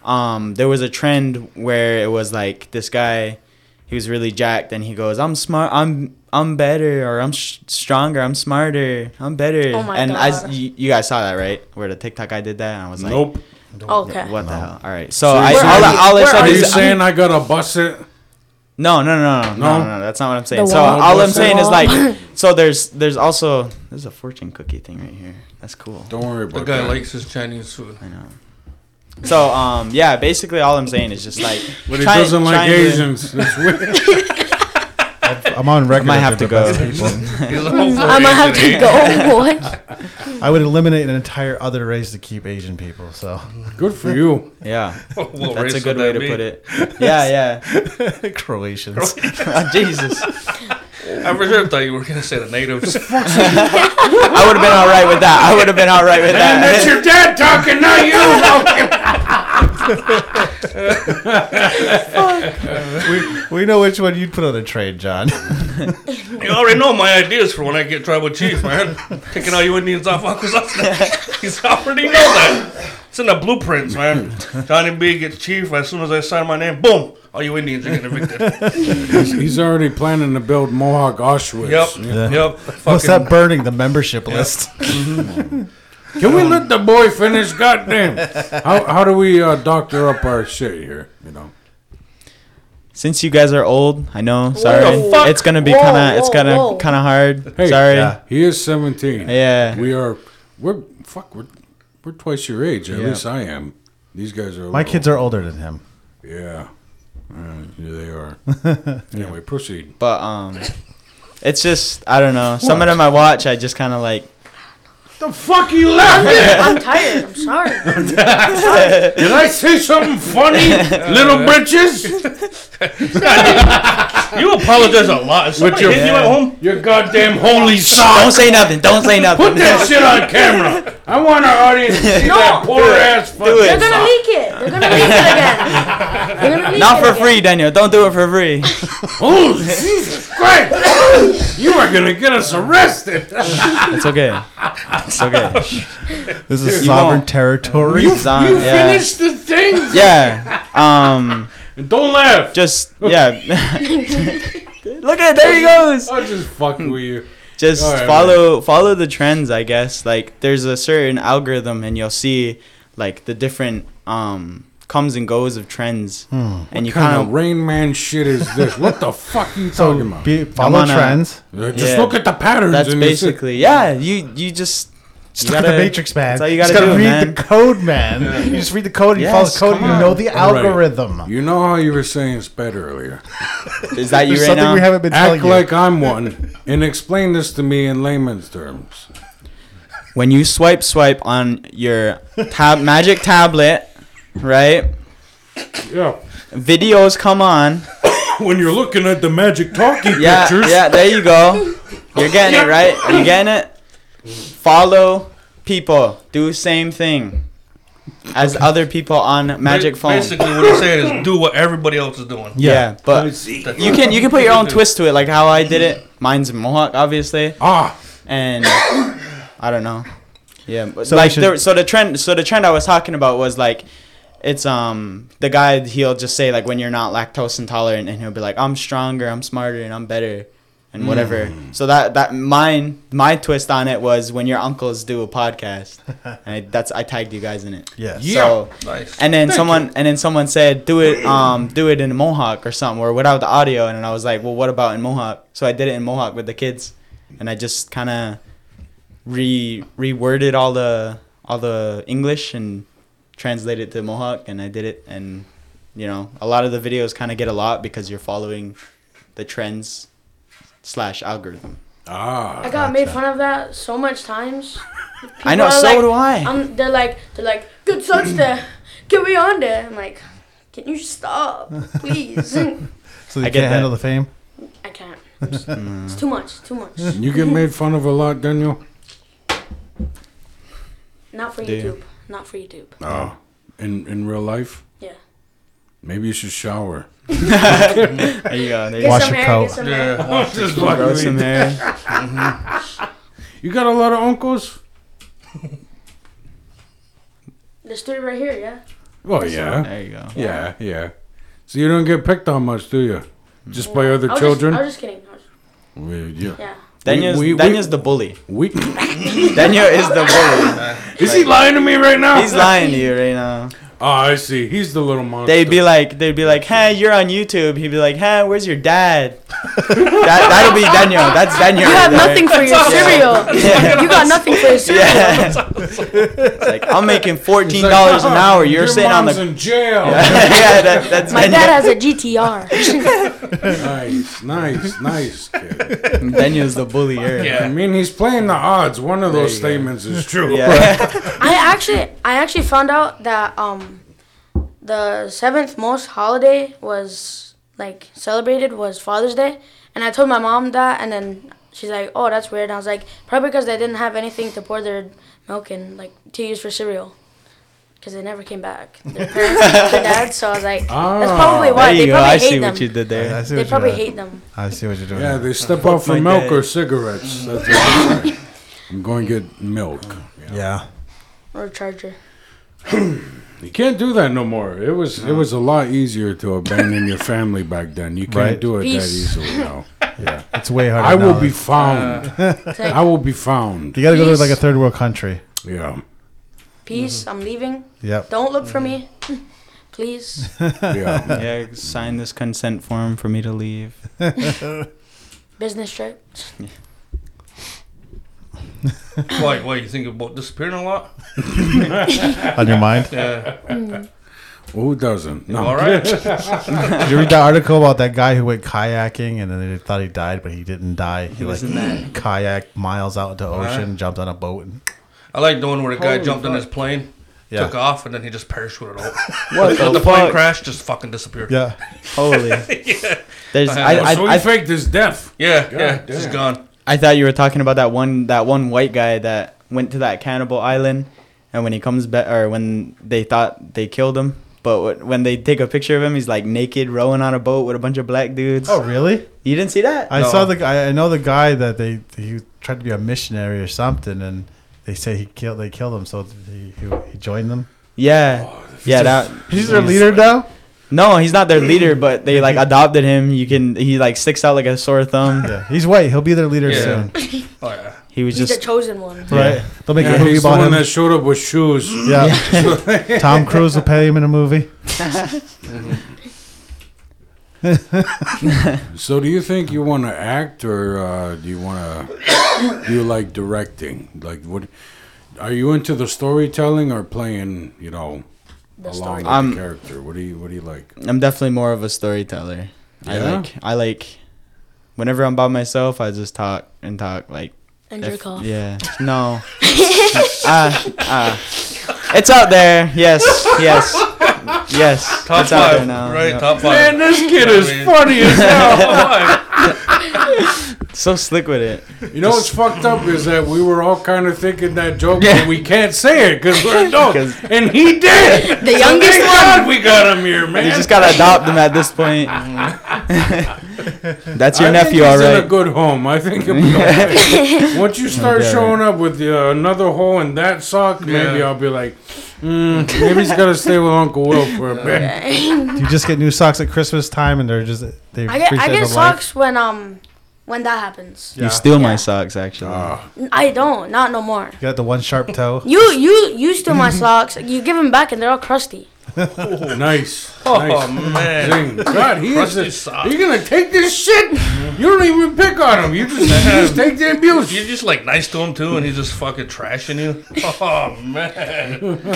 um, there was a trend where it was like this guy, he was really jacked, and he goes, "I'm smart, I'm I'm better, or I'm sh- stronger, I'm smarter, I'm better."
Oh my
and
God.
I, you, you guys saw that right? Where the TikTok guy did that, and I was like,
nope.
Okay.
What the hell? All right. So,
So
I,
you're
all,
saying-
I- all I
Where
said
Are you
is
saying I gotta bust it?
no, no, no, no, no,
No?
no, no, That's not what I'm saying.
The
so
wall.
all I'm
What's
saying
that?
is like, so there's there's also there's a fortune cookie thing right here. That's cool.
Don't worry about
The guy
that.
likes his Chinese food.
I know. So um yeah, basically all I'm saying is just like
but he
try-
doesn't like
trying to-
Asians. It's weird.
I'm on record.
might
as
have
the
to go.
best people.
He's
I'm gonna have to go. What?
I would eliminate an entire other race to keep Asian people. So
Good for you.
Yeah,
What race
that's a
would that
good way to
be?
put it. Yeah,
Croatians.
yeah. Jesus,
I for sure thought you were gonna say the natives.
I would have been all right with that. I would have been all right with that.
your dad talking, not you.
we, we know which one you'd put on a train, John.
you already know my ideas for when I get tribal chief, man. Taking all you Indians off Wakusasa. He's already know that. It's in the blueprints, man. Johnny B gets chief. As soon as I sign my name, boom, all you Indians are getting evicted.
He's, he's already planning to build Mohawk Auschwitz.
Yep,
Yeah.
yep.
What's
Fucking-
that burning? The membership list.
Can we let the boy finish? Goddamn. How, how do we uh, doctor up our shit here? You know.
Since you guys are old, I know. Sorry,
the fuck?
it's gonna be
Whoa,
kind of it's
whoa,
gonna
whoa.
kind of hard.
Hey,
sorry.
yeah.
He is 17.
Yeah.
We are. We're fuck. We're, we're twice your age. At
Yeah.
least I am. These guys are.
My kids are older than him.
Yeah. Uh, yeah, they are. anyway, proceed.
But um, it's just I don't know. Some of them I watch, I just kind of like.
The fuck you laughing?
I'm tired. I'm sorry.
Did I say something funny, little bitches?
You apologize a lot. Is somebody
your-
hitting you at home?
Your goddamn holy
Don't
socks.
say nothing. Don't say nothing.
Put that shit on camera. I want our audience to see that poor ass fucking
They're gonna
sock.
leak it. They're gonna leak it again. They're gonna leak
Not
it
for
again.
free, Daniel. Don't do it for free.
Oh, Jesus Christ! you are gonna get us arrested.
It's okay. It's okay.
This is
You
sovereign
won't.
territory.
You- Son,
you
yeah.
finished the thing.
Yeah. Um.
Don't laugh.
Just yeah. Look at there he goes.
I'll just fuck with you.
Just
Alright,
follow follow the trends, I guess. Like there's a certain algorithm, and you'll see like the different um comes and goes of trends, and you
Hmm. What kind
kind
of
of
Rain Man shit is this? What the fuck you
Um, so
talking about?
be, follow
on a-
trends.
Uh, just
Yeah.
look at the patterns.
that's
and it's-
basically yeah. You you just
Just
You
look at the
gotta-
Matrix, man.
that's all you
just
gotta do,
read
man.
the code, man. You just read the code and
Yes,
you follow the code. and
come
You
on.
know the
All right.
algorithm.
You know how you were saying sped earlier.
is that you
There's
right
something
now?
we haven't been telling
Act like
you.
I'm one and explain this to me in layman's terms.
when you swipe swipe on your tab magic tablet, right?
Yeah.
Videos come on.
When you're looking at the magic talkie
Yeah,
pictures,
yeah, there you go. You're getting it, right? Are you getting it? Follow people. Do same thing as other people on Magic
Ba-
Phone.
Basically, what he's saying is do what everybody else is doing.
Yeah, but
That's-
you can you can put your own twist to it, like how I did it. Mine's Mohawk, obviously,
ah,
and I don't know. Yeah, but
So we
like
should-
there, so the trend so the trend I was talking about was like. It's um the guy he'll just say like when you're not lactose intolerant and he'll be like I'm stronger I'm smarter and I'm better
Mm.
and whatever so that that mine my twist on it was when your uncles do a podcast and I, that's I tagged you guys in it
Yes.
so
Nice.
and then someone and then someone said do it um do it in Mohawk or something or without the audio and then I was like well what about in Mohawk so I did it in Mohawk with the kids and I just kind of re reworded all the all the English and translated to Mohawk and I did it and you know a lot of the videos kind of get a lot because you're following the trends slash algorithm.
I
ah.
got made fun of that so much times.
I know,
People are
so
like- um,
do I.
I'm, they're like, they're like, good sucks there. Get me on there. I'm like, can you stop, please? I
So they
I
can't
get that.
handle the fame.
can't. It's, it's too much. Too much.
You get made fun of a lot, Daniel.
Not for
Damn.
YouTube. Not for YouTube.
Ah, in in real life,
Yeah.
maybe you should shower.
There you go. There you
Get
go.
Wash
some
your
hair.
coat.
Get some hair.
Yeah.
Just
Grow
fucking
some
me.
hair.
You got a lot of uncles.
There's three right here. Yeah.
Well, yeah,
There you go.
yeah, yeah. So you don't get picked on much, do you? Just by other
I was
children?
Just, I was just kidding. I was-
We- yeah.
yeah.
Daniel's,
we- we-
Daniel's the bully.
We,
Daniel is the bully.
is he lying to me right now?
He's lying to you right now.
Oh, I see. He's the little monster.
They'd be like, they'd be like, "Hey, you're on YouTube." He'd be like, "Hey, where's your dad?" that that'll be Daniel. That's Daniel.
You
right
have
there.
nothing for your cereal.
Yeah.
You got nothing for your cereal.
Yeah. It's like I'm making
He's
fourteen
like,
dollars an
"Oh,
hour. You're
your
sitting on
mom's
the.
in jail.
yeah, that, that's
My
Daniel.
dad has a GTR.
nice, nice, nice. Kid.
Daniel's the bully. Here.
I mean, he's playing the odds. One of those statements is true.
Yeah.
I actually, I actually found out that um, the seventh most holiday was like celebrated was Father's Day, and I told my mom that, and then she's like, "Oh, that's weird." And I was like, "Probably because they didn't have anything to pour their milk in, like to use for cereal." Because they never came back. Their parents, their dad. So I was like, that's
Ah,
probably why.
There you
they
go.
probably
I
hate
see
them.
what you did there.
I see
They
what you're
probably
doing.
hate them.
I see what you're doing.
Yeah, they step out for
my
milk
dad.
or cigarettes. That's what I'm saying. I'm going to get milk.
yeah.
Or charger.
You can't do that no more. It was it was a lot easier to abandon your family back then. You can't
Right.
do it that
Peace.
easily now. Yeah.
It's way harder.
I will
now.
be
Uh,
found.
like-
I will be found.
You gotta go to
Peace.
like a third world country.
Yeah.
Peace.
Mm-hmm.
I'm leaving.
Yep.
Don't look for me, please.
Yeah.
Yeah, sign this consent form for me to leave.
Business trip.
Why? Why you think about disappearing a lot?
On your mind.
Yeah.
Who doesn't? No.
All right.
Did you read that article about that guy who went kayaking and then they thought he died, but he didn't die. He like kayak miles out into ocean, jumped on a boat, and
I like the one where the guy jumped on his plane,
yeah,
took off, and then he just parachuted out.
What
the plane crashed, just fucking disappeared. Yeah,
yeah.
Holy. There's.
Oh,
I,
so
I,
he
I
faked his death.
yeah,
God
just
damn.
gone.
I thought you were talking about that one that one white guy that went to that cannibal island, and when he comes back, or when they thought they killed him, but wh- when they take a picture of him, he's like naked rowing on a boat with a bunch of black dudes.
Oh, really?
You didn't see that?
I
No.
saw the guy. I know the guy that they he tried to be a missionary or something, and they say he killed. They killed him, so he he, he joined them.
yeah, yeah. That
He's their leader now.
no, he's not their leader, but they like adopted him. You can he like sticks out like a sore thumb.
Yeah, he's white. He'll be their leader
Yeah.
soon,
Oh yeah.
He was
He's the
just
chosen one.
right? They'll make
Yeah,
a movie
he's the one
about him.
that showed up with shoes.
yeah, Tom Cruise will pay him in a movie.
So, do you think you want to act, or uh, do you want to? do you like directing? Like, what? Are you into the storytelling or playing? You know, along with
Um,
the character. What do you What do you like?
I'm definitely more of a storyteller. I
Yeah?
like I like whenever I'm by myself, I just talk and talk like
And
If-
jerk off.
Yeah. No. uh, uh, it's out there. Yes. Yes. Yes.
Top
it's out there
five,
now.
right?
Yep.
Top five.
Man, this kid
Yeah,
is
man.
funny as hell.
Top five.
So slick with it.
You know what's fucked up is that we were all kind of thinking that joke, but we can't say it because we're adults. and he did.
The youngest
Thank
one.
God we got him here, man.
You just gotta adopt him at this point. That's your
I
nephew,
think
all
he's in a
right.
good home. I think it'll be okay. Once you start showing up with uh, another hole in that sock, maybe
Yeah.
I'll be like, mm, maybe he's got to stay with Uncle Will for a bit.
You just get new socks at Christmas time, and they're just they
I get I
appreciate
get
the life.
socks when um when that happens.
You steal my socks, actually.
Ah.
N- I don't. Not no more.
You got the one sharp toe.
You you you steal my socks. You give them back and they're all crusty.
Nice.
Oh
nice.
man.
Zing. God, he is
Crusty
just,
sock.
you're gonna take this shit. You don't even pick on him. You just, you just take the abuse.
You're just like nice to him too, and he's just fucking trashing you. Oh man.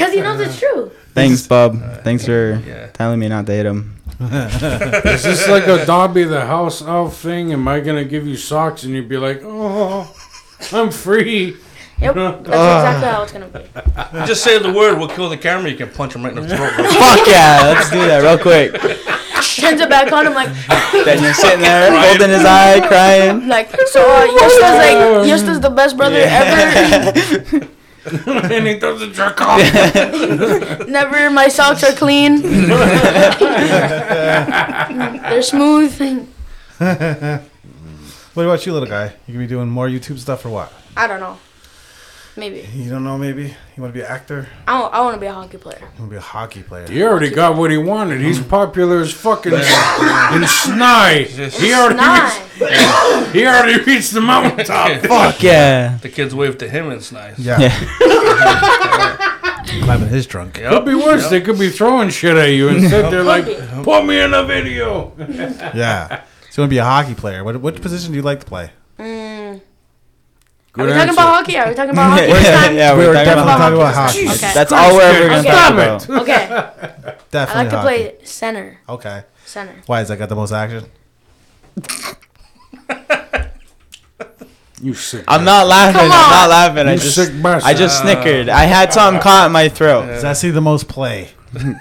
Cause he knows it's true.
Thanks, bub.
uh,
Thanks for
yeah.
telling me not to hit him.
Is this like a Dobby the House Elf thing? Am I gonna give you socks and you'd be like, oh, I'm free?
Yep. That's exactly how it's gonna be.
Just say the word. We'll kill the camera. You can punch him right in the throat.
Fuck yeah! Let's do that real quick.
Turns it back on. I'm like
Then you're sitting there holding his eye, crying.
like so. Uh, Yosta's like Yosta's the best brother
and he doesn't jerk off.
ever. Never. My socks are clean. they're smooth.
What about you, little guy? You gonna be doing more YouTube stuff or what?
I don't know. Maybe.
You don't know, maybe? You want to be an actor?
I, wa- I want to be a hockey player.
You want to be a hockey player?
He already got what he wanted. He's popular as fucking in Snai. He already
Nine.
reached, he already reached the mountaintop. Fuck.
Yeah.
The kids waved to him. It's nice.
Yeah. Climbing his drunk.
Yep.
Could be worse. They could be throwing shit at you. Instead, they're like,
be.
"Put me in a video."
Yeah. So you want to be a hockey player. What, what position do you like to play?
Are
Good
we talking
answer.
about hockey? Are we talking about hockey this
yeah,
time?
yeah,
we
we're
were
talking
definitely
about
talking about
hockey.
hockey.
Okay.
That's all we're ever gonna
Okay.
talk
Stop
about.
Okay. I
Definitely
like to
hockey.
play center.
Okay.
Center.
Why? Is that got the most action?
You sick.
I'm not laughing. I'm
Come on.
not laughing. I
You
just,
sick bastard.
I just snickered. I had something caught in my throat.
Does that see the most play?
It's not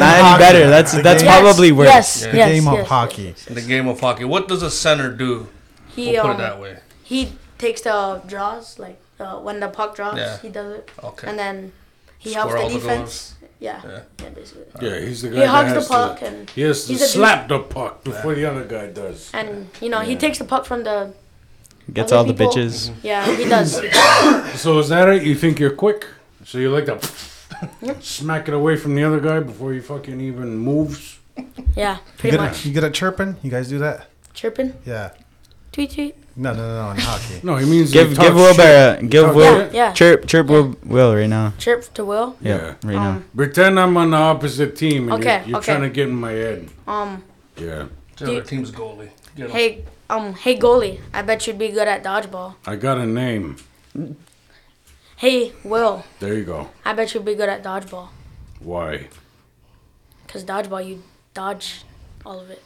any better. That's that's
game-
probably worse.
Yes.
Yeah.
yes
The
yes,
game of
yes,
hockey.
yes,
The
yes.
game of hockey. What does a center do?
He,
We'll put
um,
it that way.
he takes the draws, like the, when the puck draws,
Yeah.
he does it.
Okay.
And then he
Score all
helps
the
the defense. yeah.
Yeah.
yeah. basically.
Yeah, he's the guy.
He
that
hugs
has
the puck
To,
and
he has to
He's a
slap the puck before the other guy does.
and you know, he takes the puck from the
Gets
Other
all the
people-
bitches.
yeah, he does.
So is that it? You think you're quick? So you like to smack it away from the other guy before he fucking even moves?
Yeah,
You
pretty
good, at,
much.
you good at chirping? You guys do that?
Chirping.
Yeah.
Tweet tweet.
No, no, no, no in hockey.
No, he means
Give
he
give
talks
Will
shit.
Bear a- give
talk
Will
Yeah, yeah. Um,
chirp chirp Will Will right now.
Chirp to Will.
Yeah,
Yeah.
right now.
Pretend I'm on the opposite team and
Okay,
you're, you're
okay.
trying to get in my head.
Um,
Yeah,
The other team's goalie. Get 'em.
hey, um, hey goalie. I bet you'd be good at dodgeball.
I got a name.
Hey Will.
There you go.
I bet you'd be good at dodgeball.
Why?
Cause dodgeball, you dodge all of it.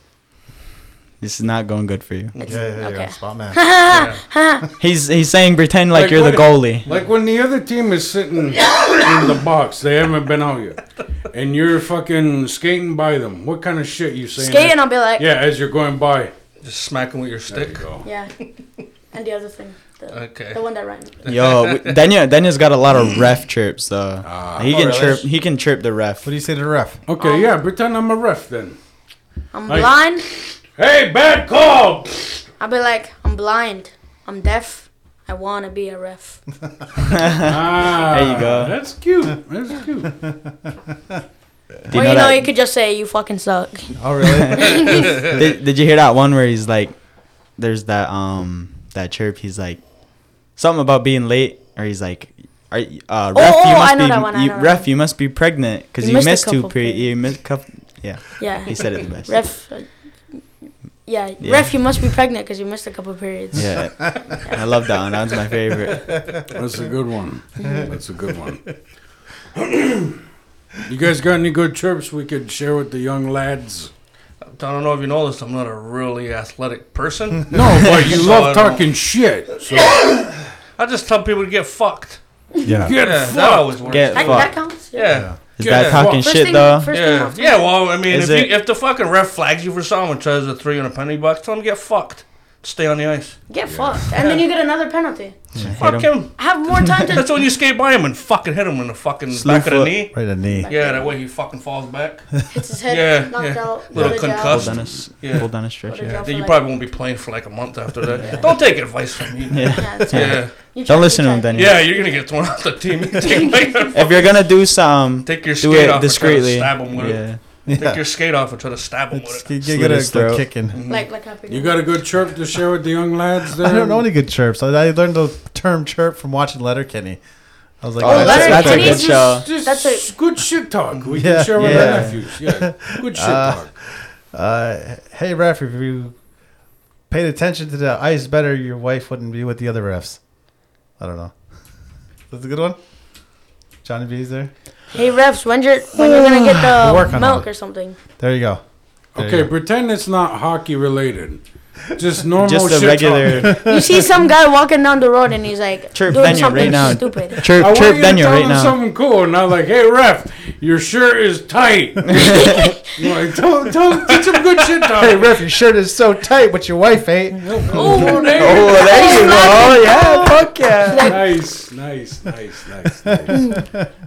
This is not going good for you.
Yeah, yeah, yeah.
okay.
Spot man.
He's he's saying pretend like,
Like
you're the
what-
goalie.
Like when the other team is sitting in the box, they haven't been out yet, and you're fucking skating by them. What kind of shit you saying?
Skate and I'll be like,
yeah, as you're going by.
Just smack him with your
There you
stick.
go.
yeah. And the other thing, the,
Okay.
the one that rhymed.
Yo, we- Daniel Daniel's got a lot of ref chirps though. he can
Oh, really?
chirp. He can chirp the ref.
What do you say to the ref?
Okay,
Um,
yeah. Pretend I'm a ref then.
I'm
Like-
blind.
Hey, bad call.
I'll be like, I'm blind. I'm deaf. I wanna be a ref.
Ah,
There you go.
That's cute. That's cute.
Do
or you know,
that-
you could just say you fucking suck.
Oh, really?
did, did you hear that one where he's like, there's that um that chirp. He's like, something about being late, or he's like, are you- uh, ref,
oh,
you
I
must
know
be
that one, I
you,
know that
ref,
one.
you must be pregnant because
You
you
missed a
missed two
couple
pre.
things.
You missed cup. Yeah,
Yeah.
he said it the best.
Ref. uh, Yeah,
Yeah.
ref, you must be pregnant because you missed a couple periods.
Yeah, I love that one. That was my favorite.
That's a good one. That's a good one. You guys got any good chirps we could share with the young lads?
I don't know if you know this. I'm not a really athletic person.
No, but you
So I
love
don't-
talking shit. So
I just tell people to get fucked.
Yeah,
get
Yeah, that
fucked.
always works.
get
That,
fucked.
that counts.
yeah.
Is
Yeah.
that talking
First
shit
thing,
though?
First thing
Yeah.
off.
yeah, well, I mean,
Is
if,
it-
you, if the fucking ref flags you for something and tries a three and a penalty box, tell him to get fucked. Stay on the ice.
Get fucked, and then you get another penalty.
Fuck him.
I have more time to.
That's when you skate by him and fucking hit him in the fucking
Slew
back of the
foot.
knee.
right a knee.
Yeah, that way he fucking falls back.
Hits his head,
Yeah,
knocked
yeah.
out.
Little
loaded out.
concussed.
Pull down a s-
Yeah.
pull down a stretch.
Loaded
Yeah.
out for
Then you
like-
probably won't be playing for like a month after that. Don't take advice from me. man.
Yeah.
Yeah, that's right.
Yeah,
You try-
Don't listen to
you
him,
try.
Daniel.
yeah, you're gonna get thrown off the team. You Take, my-
If you're gonna do some,
take your
do
skate
it
off
discreetly.
and try to stab him with
Yeah.
it. Take your skate off and try to stab him
It's-
with it.
you
Slit
get
his
a
throat.
kicking.
Like, like happy.
You got a good chirp to share with the young lads? There?
I don't know any good chirps. I, I learned the term chirp from watching Letterkenny. I was like,
Oh,
that's-
Letterkenny?
that's a good-
good show.
Just
That's it.
good shit talk. We
Yeah.
can share with
Yeah.
our nephews. Yeah, good shit talk.
Uh, hey, ref, if you paid attention to the ice better, your wife wouldn't be with the other refs. I don't know. That's a good one. Johnny B's there.
Hey refs, when you're when you're gonna get
We're working
the
on
milk
it.
or something?
There you go. There you
Okay,
go.
pretend it's not hockey related. Just normal
Just
shit
a regular
talk.
You see some guy walking down the road and he's like
Chirp
doing
Daniel
something
right now.
stupid.
chirp,
I want
chirp
you to
Daniel
tell
right
them
now.
something cool, and not like, "Hey, ref, your shirt is tight." You like, tell, tell, teach them good shit talk.
Hey, ref, your shirt is so tight, but your wife ain't.
Oh, there you
Oh, there you go. Yeah, fuck yeah.
Nice, nice, nice, nice, nice.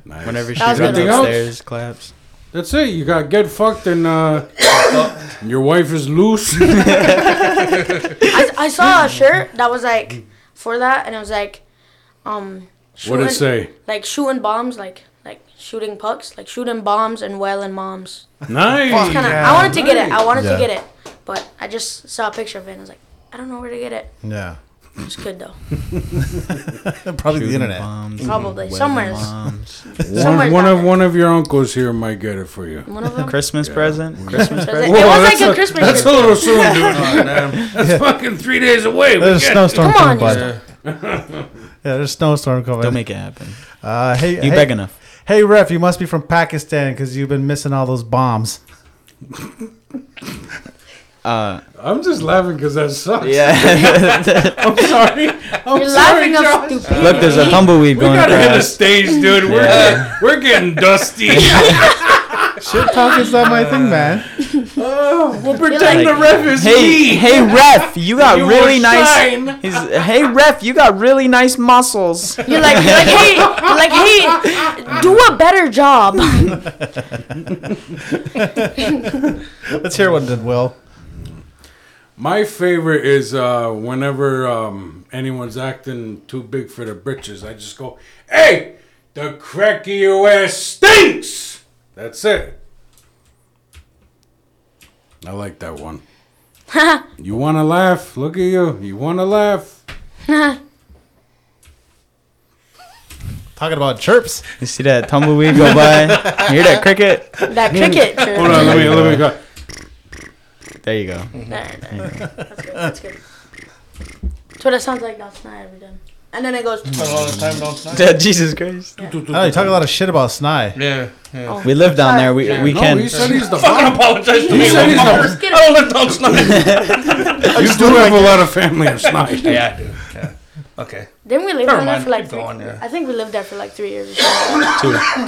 nice.
Whenever she
That
runs
was good. Something
else?
upstairs, claps.
That's it. You got get fucked and uh, your wife is loose. yeah,
I, I saw a shirt that was like for that, and it was like, um
What did it
shooting-
say?
like shooting bombs, like like shooting pucks, like shooting bombs and whaling moms.
Nice.
Kind of. I wanted to get it. I wanted
Yeah.
to get it, but I just saw a picture of it. and I was like, I don't know where to get it.
Yeah.
It's good though.
Probably the internet.
Bombs,
Probably
weather
somewhere.
bombs.
One,
Somewhere
one
down
of
there.
one of your uncles here might get it for you.
One of them.
Christmas present. Christmas
So it was
present.
like- it was
that's
like a,
a-
Christmas.
That's a
tree.
little soon, dude. That's fucking three days away. We
There's a
get-
snowstorm
Come on,
coming, bud.
you
Yeah. there's a snowstorm coming.
Don't make it happen.
uh, hey,
You
hey,
beg enough.
Hey, ref, you must be from Pakistan because you've been missing all those bombs.
Uh,
I'm just laughing because that sucks.
yeah.
I'm sorry. I'm sorry,
You're laughing up
Josh.
stupid.
Look, there's a tumbleweed
We
going
gotta hit the
across.
stage, dude. We're
Yeah.
we're getting dusty.
Shit talk is not my thing, man.
Oh, we'll pretend
like-
the ref is
Hey,
me.
hey, ref! You got
You
really
will
nice.
shine.
He's, hey, ref! You got really nice muscles.
You're like, you're like, hey, you're like, hey, do a better job.
Let's hear what did Will.
My favorite is uh, whenever um, anyone's acting too big for their britches, I just go, "Hey, the crack of your ass stinks." That's it. I like that one. you want to laugh? Look at you. You want to laugh?
Talking about chirps.
You see that tumbleweed go by? You hear that cricket?
that cricket. Sure.
Hold on, let me let me go.
There you go.
There, there. That's good. That's good. That's what it sounds like last night every time. And then it goes. "Oh,
Jesus Christ.
Oh, you talk a lot of shit about Snai.
Yeah, yeah.
We live down there. We we
No,
can.
he said he's the
Fucking
bomb.
apologize to
You
me,
said he's
motherfucker.
the.
Just get
I don't let down snipe.
You do have a lot of family in Snipe.
yeah, I do. Yeah. Okay.
Didn't we live
Never
down there
mind,
for like
keep
three?
going, yeah.
I think we lived there for like three years. Or something.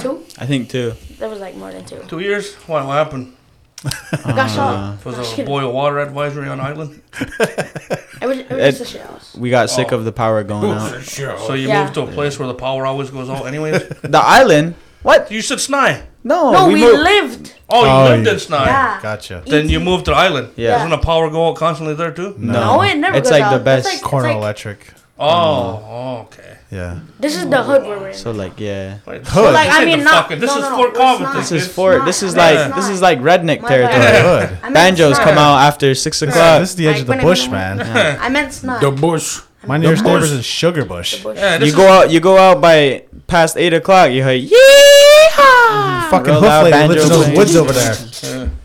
Two.
Two?
I think two.
There was like more than two.
Two years? What happened?
We got
Was
shot. No, just
there a
kidding.
boil water advisory on island?
It was, it was
It-
just a shit house.
We got sick of the power going out.
So
Sure.
you
Yeah.
moved to a place where the power always goes out anyways?
The island? What?
you said Snai.
No.
no, we,
moved-
lived.
Oh, you
Oh,
lived
yeah.
in Snai.
Yeah.
Gotcha.
Then you moved to the island.
Yeah.
Doesn't the power go out constantly there too?
No, it never
It's
goes
like the
out. That's
best
like- it's
Corn
like-
electric.
Oh, okay.
Yeah.
this is the hood where we're in.
So like yeah.
Wait,
Hood.
Like,
this
I
ain't
mean,
the
not-
fucking- This
no,
is
no, no,
Fort
it's
Covington.
not.
This
dude.
is for this is like this is like redneck
My bad.
territory.
Hood.
I meant
Banjos
snot.
come out after six
Yeah,
o'clock.
this is the edge of the
Like,
bush,
when I
man.
I meant snot.
The bush.
My nearest
bush.
neighbor's is Sugar Bush.
bush.
Yeah, this
You
is-
go out you go out by past eight o'clock, you hear yeehaw
Fucking
Roll
hoof
out
lady lives in
banjos.
those woods over there.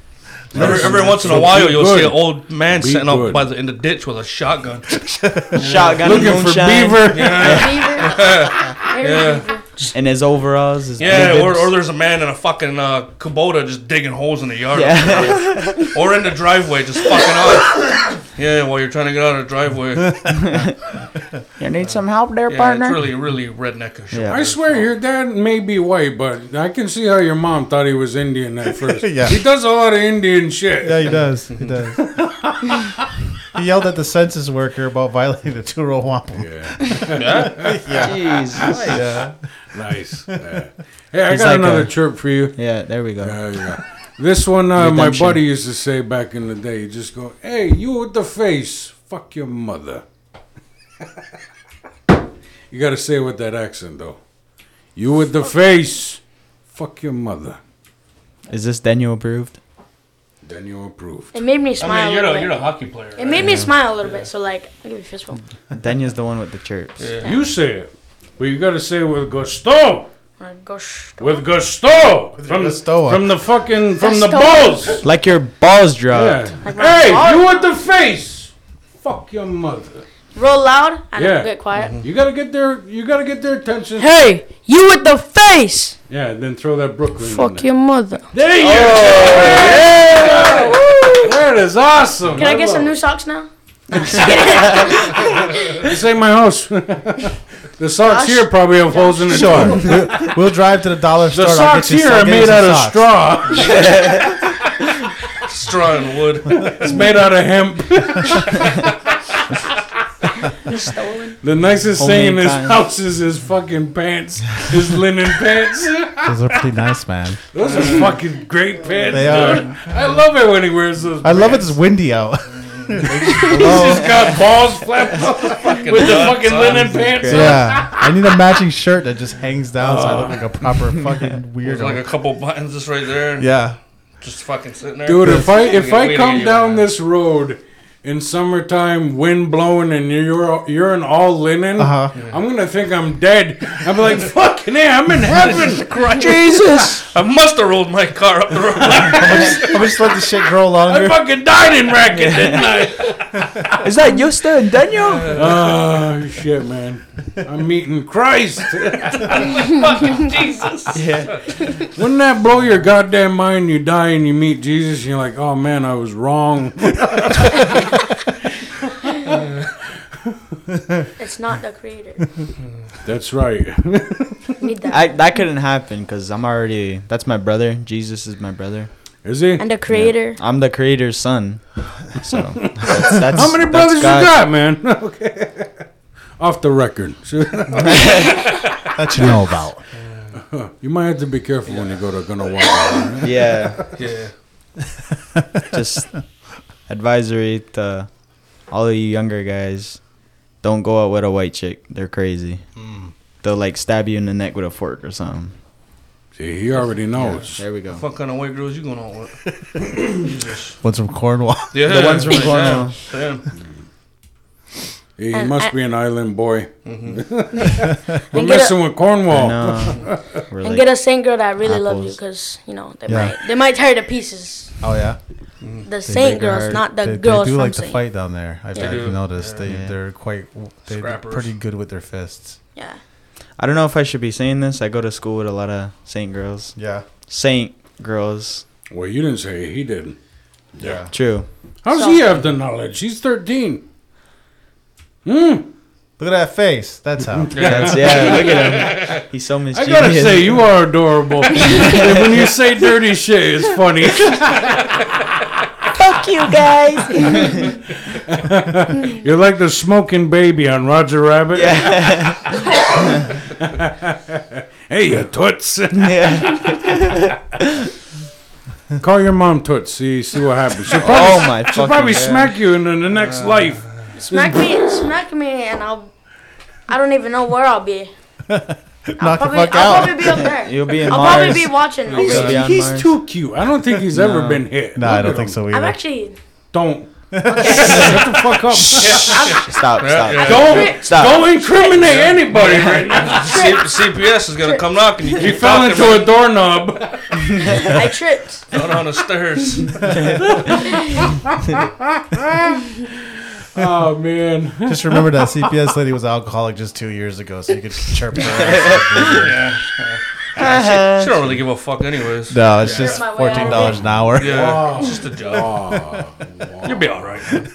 Every, every once in a
So
while,
be
you'll see
good.
an old man
Be
sitting up
good.
by the, in the ditch with a shotgun.
Shotgun
Looking for
moonshine
beaver.
yeah.
and his overalls. His
Yeah, or,
boots.
or there's a man in a fucking uh, Kubota just digging holes in the yard.
yeah.
Or in the driveway, just fucking off. Yeah, while you're trying to get out of the driveway. Yeah,
you need some help there,
it's
partner.
really, really redneckish.
Yeah.
I swear your dad may be white, but I can see how your mom thought he was Indian at first.
Yeah.
He does a lot of Indian shit.
Yeah, he does. He does. he yelled at the census worker about violating the two roll wampum.
Yeah.
Jesus.
Yeah.
nice. Yeah. Hey, I
He's
got
like
another
a-
chirp for you.
Yeah, there we go.
Yeah, yeah. This one, uh, my
Redemption.
buddy used to say back in the day. He just go, "Hey, you with the face? Fuck your mother." you gotta say it with that accent though. You with the face? Fuck your mother.
Is this Daniel approved?
Then you approve.
It made me smile.
I mean, you're
a
a,
little
you're a
bit.
hockey player.
It made me smile a little bit, so like, I'll give you a fistful.
Daniel's the one with the chirps.
You say it, but you gotta say it with gusto.
Uh, Gosh.
With gusto from
gusto.
from the fucking from the
Gusto.
balls.
Like your balls
Yeah.
dropped.
Hey, you with the face? Fuck your mother.
Roll loud and
Yeah.
get quiet.
Mm-hmm.
You gotta get their you gotta get their attention.
Hey, you with the face!
Yeah, and then throw that Brooklyn. in
Fuck
there.
your mother.
There
Oh,
you go. That is awesome.
Can I get some new
love
socks now?
it. This ain't my house. the socks
Josh?
here probably have holes in it.
Sure. We'll- we'll drive to the dollar store.
The
and I'll
socks
get you
here
some-
are
get you
made
some
out of
socks.
straw.
Straw and wood.
It's made out of hemp.
Stolen.
The nicest thing in
Homemade
this
kind.
house is his fucking pants, his linen pants.
Those are pretty nice, man.
Those are fucking great pants.
They
dude. I love it when he wears those.
I love it's windy out.
He's just got balls flapped up
Fucking
with the
nuts,
fucking
huh?
linen pants. on.
yeah. I need a matching shirt that just hangs down so I look like a proper fucking
There's
weirdo.
like a couple buttons just right there.
yeah.
Just fucking sitting there.
Dude, if I
We
if
gotta- we gotta
I come
get you
down
one.
this road in summertime, wind blowing, and you're you're in all linen,
Uh-huh.
I'm gonna think I'm dead. I'm like, fucking, hey, I'm in heaven.
Jesus.
I must have rolled my car up the road.
I'm just let the shit grow
I
longer.
fucking died in racket, didn't I?
Is that Yosta and Daniel?
Oh shit, man! I'm meeting Christ.
Fucking Jesus.
Yeah.
Wouldn't that blow your goddamn mind? You die and you meet Jesus, and you're like, oh man, I was wrong.
It's not the creator.
That's right.
You need that.
I, that couldn't happen because I'm already. That's my brother. Jesus is my brother.
Is he?
and the creator.
I'm the creator's son. So that's, that's
How many
that's
brothers you
God.
got, man? Okay. Off the record.
that you know about.
you might have to be careful when you go to Gunawaga.
Yeah,
Yeah.
just advisory to all of you younger guys: don't go out with a white chick. They're crazy.
Hmm.
They'll like stab you in the neck with a fork or something.
See, he already knows.
There we go.
Fuck kind of white girls you going on with?
One's from Cornwall.
Yeah.
The ones from
yeah,
Cornwall.
Damn.
He
And
must
I-
be an island boy. We're
And get
messing with Cornwall.
No, we're
And
like-
get a same girl that really loves you,
apples.
cause you know they
Yeah.
might they might tear to pieces.
Oh yeah,
The same
bigger
girls,
heart.
not the
they, they
girls
do
from
like to
Saint.
fight down there. I've
They
I've
do.
noticed they
Yeah.
they're quite they, they're
Scrappers.
pretty good with their fists.
Yeah,
I don't know if I should be saying this. I go to school with a lot of Saint girls.
Yeah,
Saint girls.
Well, you didn't say it, he didn't.
yeah.
True.
How does
So-
he have the knowledge? He's 13. Mm.
Look at that face. That's how.
That's, yeah, look at him. He's so
I
mischievous.
gotta say, you are adorable. And when you say dirty shit, it's funny.
fuck you guys.
You're like the smoking baby on Roger Rabbit.
yeah.
Hey, you toots.
yeah.
Call your mom toots. See, see what happens. She'll probably,
Oh my
she'll
fucking Uh,
probably
God.
smack you in the, the next life.
smack me, smack me, and I'll. I don't even know where I'll be. I'll
Knock the
probably,
fuck
I'll
out.
probably be up there.
You'll be in
I'll
Mars.
probably be watching. over
He's-
you.
You'll be
He's,
on
he's
Mars.
too cute. I don't think he's ever
No.
been hit.
No,
Look
I
at
don't
him.
think so
I'm
either.
actually.
Don't.
Okay.
Shut the fuck up.
Stop. Stop.
Yeah.
Don't,
Stop.
don't incriminate anybody right now.
C- CPS is gonna come knocking. You
He
keep
fell
talking
into a doorknob.
I tripped.
about down on the stairs.
Oh, man.
Just remember that CPS lady was alcoholic just two years ago, so you could chirp her. ass.
yeah. She don't really give a fuck, anyways.
no, it's just
My way out
fourteen dollars an hour.
Yeah, it's just a job.
Oh,
You'll be all right. man.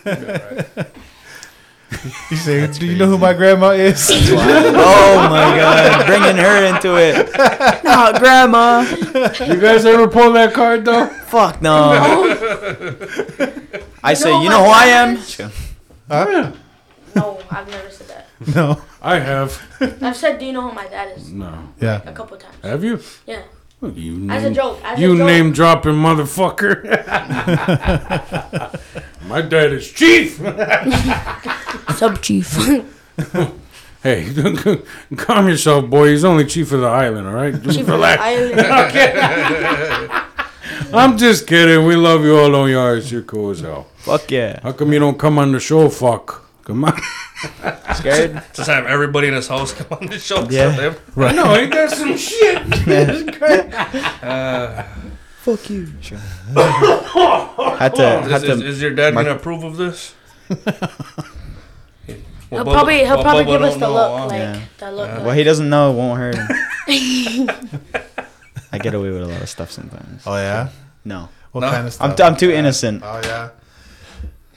You say, do you know who my grandma is?
Oh my God. Bringing her into it. No, grandma.
you guys ever pull that card, though?
Fuck no. I say, you know who I am?
No, I've never said that.
no.
I have.
I've said, "Do you know who my dad is?"
No.
A
Yeah.
couple times.
Have you?
Yeah,
You
as a
name-
joke. As
You
a joke.
name dropping motherfucker. My dad is chief.
sub chief.
Hey, calm yourself, boy. He's only chief of the island, all right? Just relax.
I,
I'm just kidding. We love you all on yours. You're cool as hell.
Fuck yeah.
How come you don't come on the show? Fuck. Come on.
Scared?
Just have everybody in this house come on the show.
Yeah.
Yeah.
no, ain't that some shit?
Fuck you. Sure. Had to. Had
Is, is,
to.
is your dad
my-
gonna approve of this?
he'll probably he'll probably give us the look, like
Yeah.
the look.
Well, he doesn't know. It won't hurt him. I get away with a lot of stuff sometimes.
Oh yeah.
No.
What
No.
kind of stuff?
I'm, t- I'm too innocent.
Oh yeah.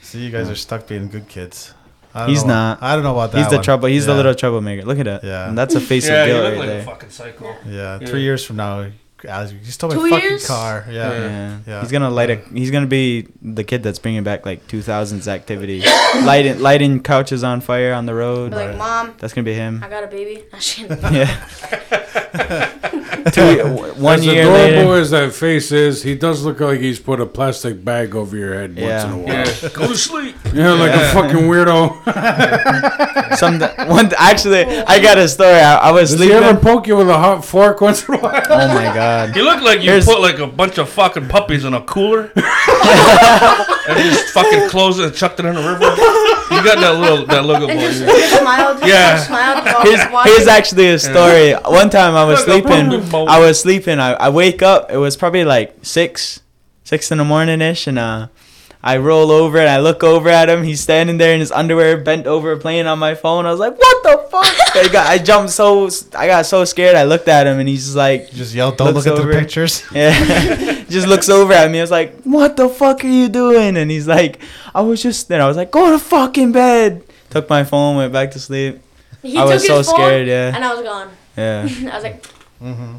See, you guys are stuck being good kids. I don't
He's
know-
not.
I don't know about that.
He's the
one.
trouble.
Yeah.
He's the little troublemaker. Look at that.
Yeah.
And that's a face
yeah,
of
you
guilt
look
right
like a
there.
fucking psycho.
Yeah,
Yeah.
three years from now, Alex, you stole my
Two
fucking
years?
car. Yeah.
Yeah.
yeah.
Yeah.
He's gonna light a. He's gonna be the kid that's bringing back like 2000s activity, lighting lighting couches on fire on the road.
Be like, mom,
That's gonna be him.
I got a baby.
Yeah. Two, one
as
year
adorable
later.
as that face is, he does look like he's put a plastic bag over your head once
Yeah.
in a while.
Yeah, go to sleep.
Yeah, like a fucking weirdo.
Some one actually, I got a story. I, I was
Does he ever
sleeping.
poke you with a hot fork once in a while?
Oh my god.
You look like you
Here's-
put like a bunch of fucking puppies in a cooler and just fucking closed it and chucked it in the river. You got that little that look of
And just,
you.
just smiled. Just
Yeah.
like smiled. while
Here's,
watching.
here's actually a story. One time I was
Look, I'm
sleeping.
probably both.
I was sleeping. I, I wake up. It was probably like six, six in the morning ish, and uh, I roll over and I look over at him. He's standing there in his underwear, bent over, playing on my phone. I was like, "What the fuck?" I got. I jumped so. I got so scared. I looked at him, and he's just like,
You just yelled, don't
Looks
look at the
over.
pictures.
Yeah. just looks over at me. I was like, "What the fuck are you doing?" And he's like, "I was just." Then I was like, "Go to fucking bed." Took my phone, went back to sleep.
He
I
took
was
his
so
phone,
scared, yeah.
And I was gone.
Yeah,
I was like,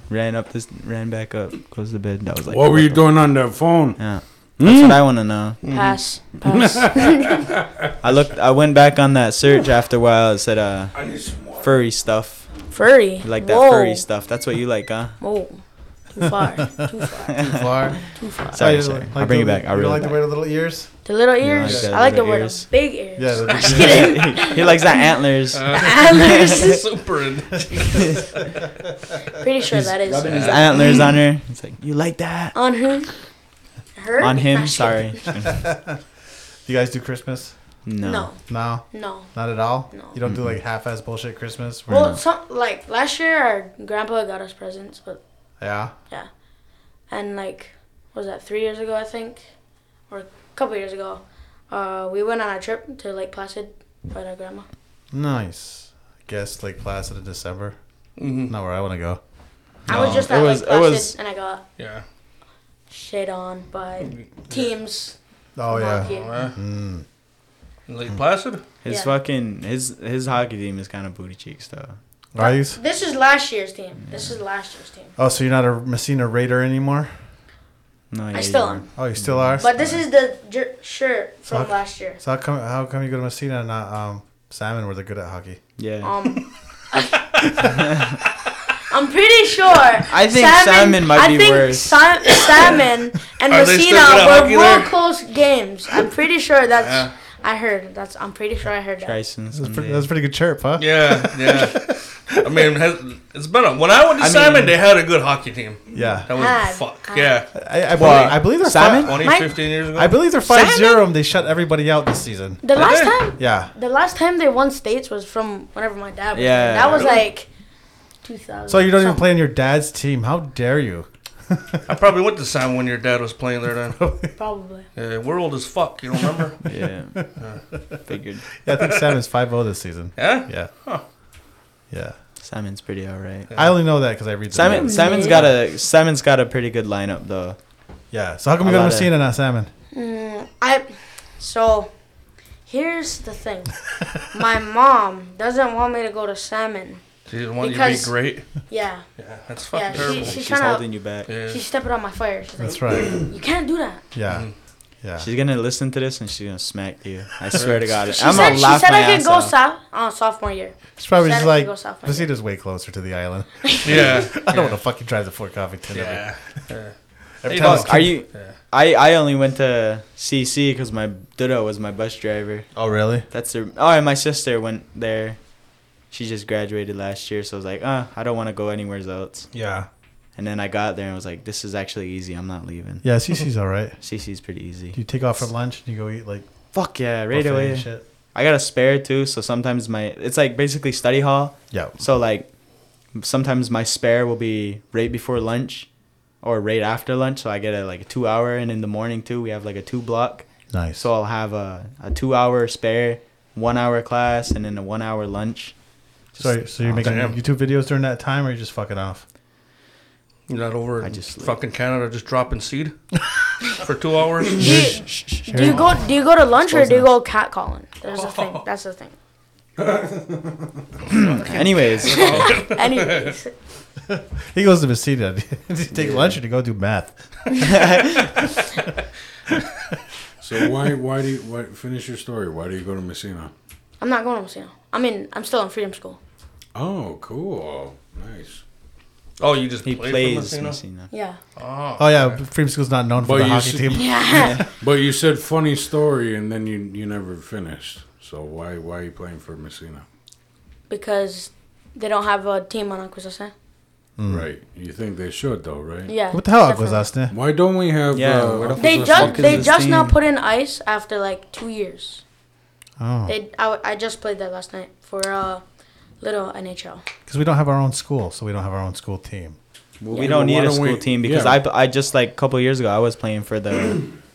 ran up this, ran back up, closed the bed. That was like.
What were you
the-
doing on that phone?
Yeah, that's what I want to know.
pass, pass.
I looked. I went back on that search after a while. It said uh,
I need some water.
furry stuff.
furry.
You like that
Whoa.
furry stuff. That's what you like, huh?
Whoa. Too far. Too far.
Far.
Too far.
Sorry,
Oh, you
sorry.
like
I'll bring
the-
it back. I'll
you
reel it
like the
back.
way of the little ears?
The little
You like
ears.
that
I like the
little
word
ears?
of big ears.
Yeah, the Uh. big
Just
ears.
kidding.
he likes the antlers.
Antlers.
Super. in-
Pretty sure that is
His antlers on her. It's like you like that.
on him. Her.
On
Nah,
him.
just
Sorry.
Do you guys do Christmas?
kidding.
No.
No.
No,
No.
not at all.
No.
You don't do like half-ass bullshit Christmas. where-
Well, some like last year, our grandpa got us presents, but
yeah.
and like what was that three years ago I think, or a couple years ago, uh, we went on a trip to Lake Placid with our grandma.
Nice. Guess Lake Placid in December.
Mhm.
Not where I want to go.
I was
No,
just
it
at
was-
Lake
it
Placid,
was-
and I got
Yeah.
shit on by
Mm.
teams.
Oh
hockey.
yeah.
Alright.
Mm.
Lake Placid?
His
Yeah.
fucking his his hockey team is kind of booty cheeks though.
Are you? s-
This is last year's team. This is last year's team.
Oh, so you're not a Messina Raider anymore?
No, yeah,
I
you
still
are.
am,
Oh, you still are.
but this is the jer- shirt from
Suck.
last year.
so how come how come you go to Messina and not um, Salmon, where they're good at hockey?
Yeah.
Um, I'm pretty sure. I
think salmon might
I
be
think
worse.
Sa- salmon and
Are they still
Messina
good at
were
hockey
real
there?
close games. I'm pretty sure that's.
Yeah.
I heard that's. I'm pretty sure I heard that.
Trison's.
That's pretty, that's a pretty good chirp, huh?
Yeah, yeah. I mean, has, it's been a, when I went to
I
Simon,
mean-
they had a good hockey team.
Yeah.
That was
Had.
fuck.
Had.
Yeah,
I, I, believe,
Well,
I believe they're
Salmon?
Fi-
20,
My-
15 years ago.
I believe they're five zero, and they shut everybody out this season.
The last
they?
time,
Yeah.
the last time they won states was from whenever my dad. Was
Yeah.
That was
Really?
like. 2000.
So you don't even
something.
play on your dad's team? How dare you?
I probably went to Simon when your dad was playing there then.
Probably.
Yeah, we're old as fuck. You don't remember?
Yeah. Figured.
Yeah, I think Salmon's 5-0 this season.
yeah.
Yeah.
Huh.
Yeah.
Simon's pretty alright.
I only know that because I read the
Simon
names.
Simon's got a Simon's got a pretty good lineup though.
Yeah. So how come we
I
go to
love it.
Messina, not Salmon?
Mm, I so here's the thing. My mom doesn't want me to go to salmon.
She didn't want you to
Because-
be great.
Yeah,
Yeah, that's fucking
yeah. She,
terrible.
she's,
She's
trying
holding
to.
you back.
yeah.
She's stepping on my fire. She's
That's
like,
right.
you can't do that.
Yeah.
Mhm.
Yeah.
She's gonna listen to this and she's gonna smack you. I swear to God.
She
I'm
said
gonna
she
laugh
said
my
I could
ass
go
off.
south on sophomore year.
She's probably
Saturday
just
we go
like,
south, I
Messina's way closer to the island.
yeah.
I don't want to fucking drive to Fort Covington. every-
Yeah. yeah.
Every,
Hey,
time
boss,
it's-
Are you?
Yeah.
I I only went to CC because my Dudo was my bus driver.
Oh, really?
That's her. Oh, and my sister went there. She just graduated last year, so I was like, uh, I don't want to go anywhere else.
Yeah.
And then I got there and was like, this is actually easy. I'm not leaving.
Yeah, CC's all right.
CC's pretty easy.
You take off for lunch and you go eat like
Fuck yeah, right
buffet and
away.
Shit.
I got a spare too, so sometimes my it's like basically study hall.
Yeah.
So like sometimes my spare will be right before lunch or right after lunch, so I get a like a 2 hour and in the morning too, we have like a 2 block.
Nice.
So I'll have a a 2 hour spare, 1 hour class and then a 1 hour lunch. Just-
Sorry, so you're making
damn.
YouTube videos during that time, or you're just fucking off?
You're not over
I
in
just sleep.
fucking Canada just dropping seed for two hours?
Do you, do you go? Do you go to lunch or do you go cat calling? There's a thing. That's the thing.
Anyways,
Anyways,
He goes to Messina. Does he take lunch or do you go do math?
So why why do you why, finish your story? Why do you go to Messina?
I'm not going to Mosino. I mean, I'm still in freedom school.
Oh, cool. Oh, Nice.
Oh, you just
He
played
plays
for Messina.
Messina.
Yeah.
Oh,
Oh yeah, Freedom School's not known for
But
the
you
hockey
s-
team.
Yeah.
But you said funny story, and then you you never finished. So why why are you playing for Messina?
because they don't have a team on Aquasasa.
Mm.
Right. You think they should though, right?
Yeah.
What the hell,
definitely.
Aguasasta?
Why don't we have?
Yeah,
uh,
where the fuck
They
Who's
just
this
they
team?
just now put in ice after like two years.
Oh,
They I, I just played that last night for uh, little NHL.
because we don't have our own school, so we don't have our own school team.
well,
We don't
why
need a school
we-
team because
yeah.
I, I just like a couple years ago I was playing for the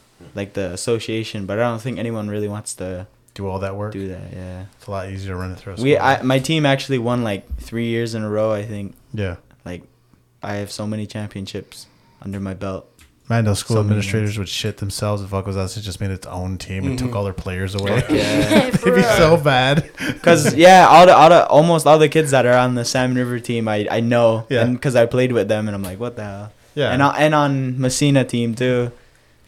like the association, but I don't think anyone really wants to
Do all that work.
do that. Yeah,
It's a lot easier to run it through. a
we
school.
I, my team actually won like three years in a row. I think
yeah,
like I have so many championships under my belt.
man, those school
So many
administrators would shit themselves if Aguasasta just made its own team and
Mm-hmm.
took all their players away.
For uh,
It'd be
real.
so bad.
Cause yeah, all the, all the almost all the kids that are on the Salmon River team, I I know,
Yeah.
yeah, because I played with them, and I'm like, what the hell?
Yeah,
and I, and on Messina team too.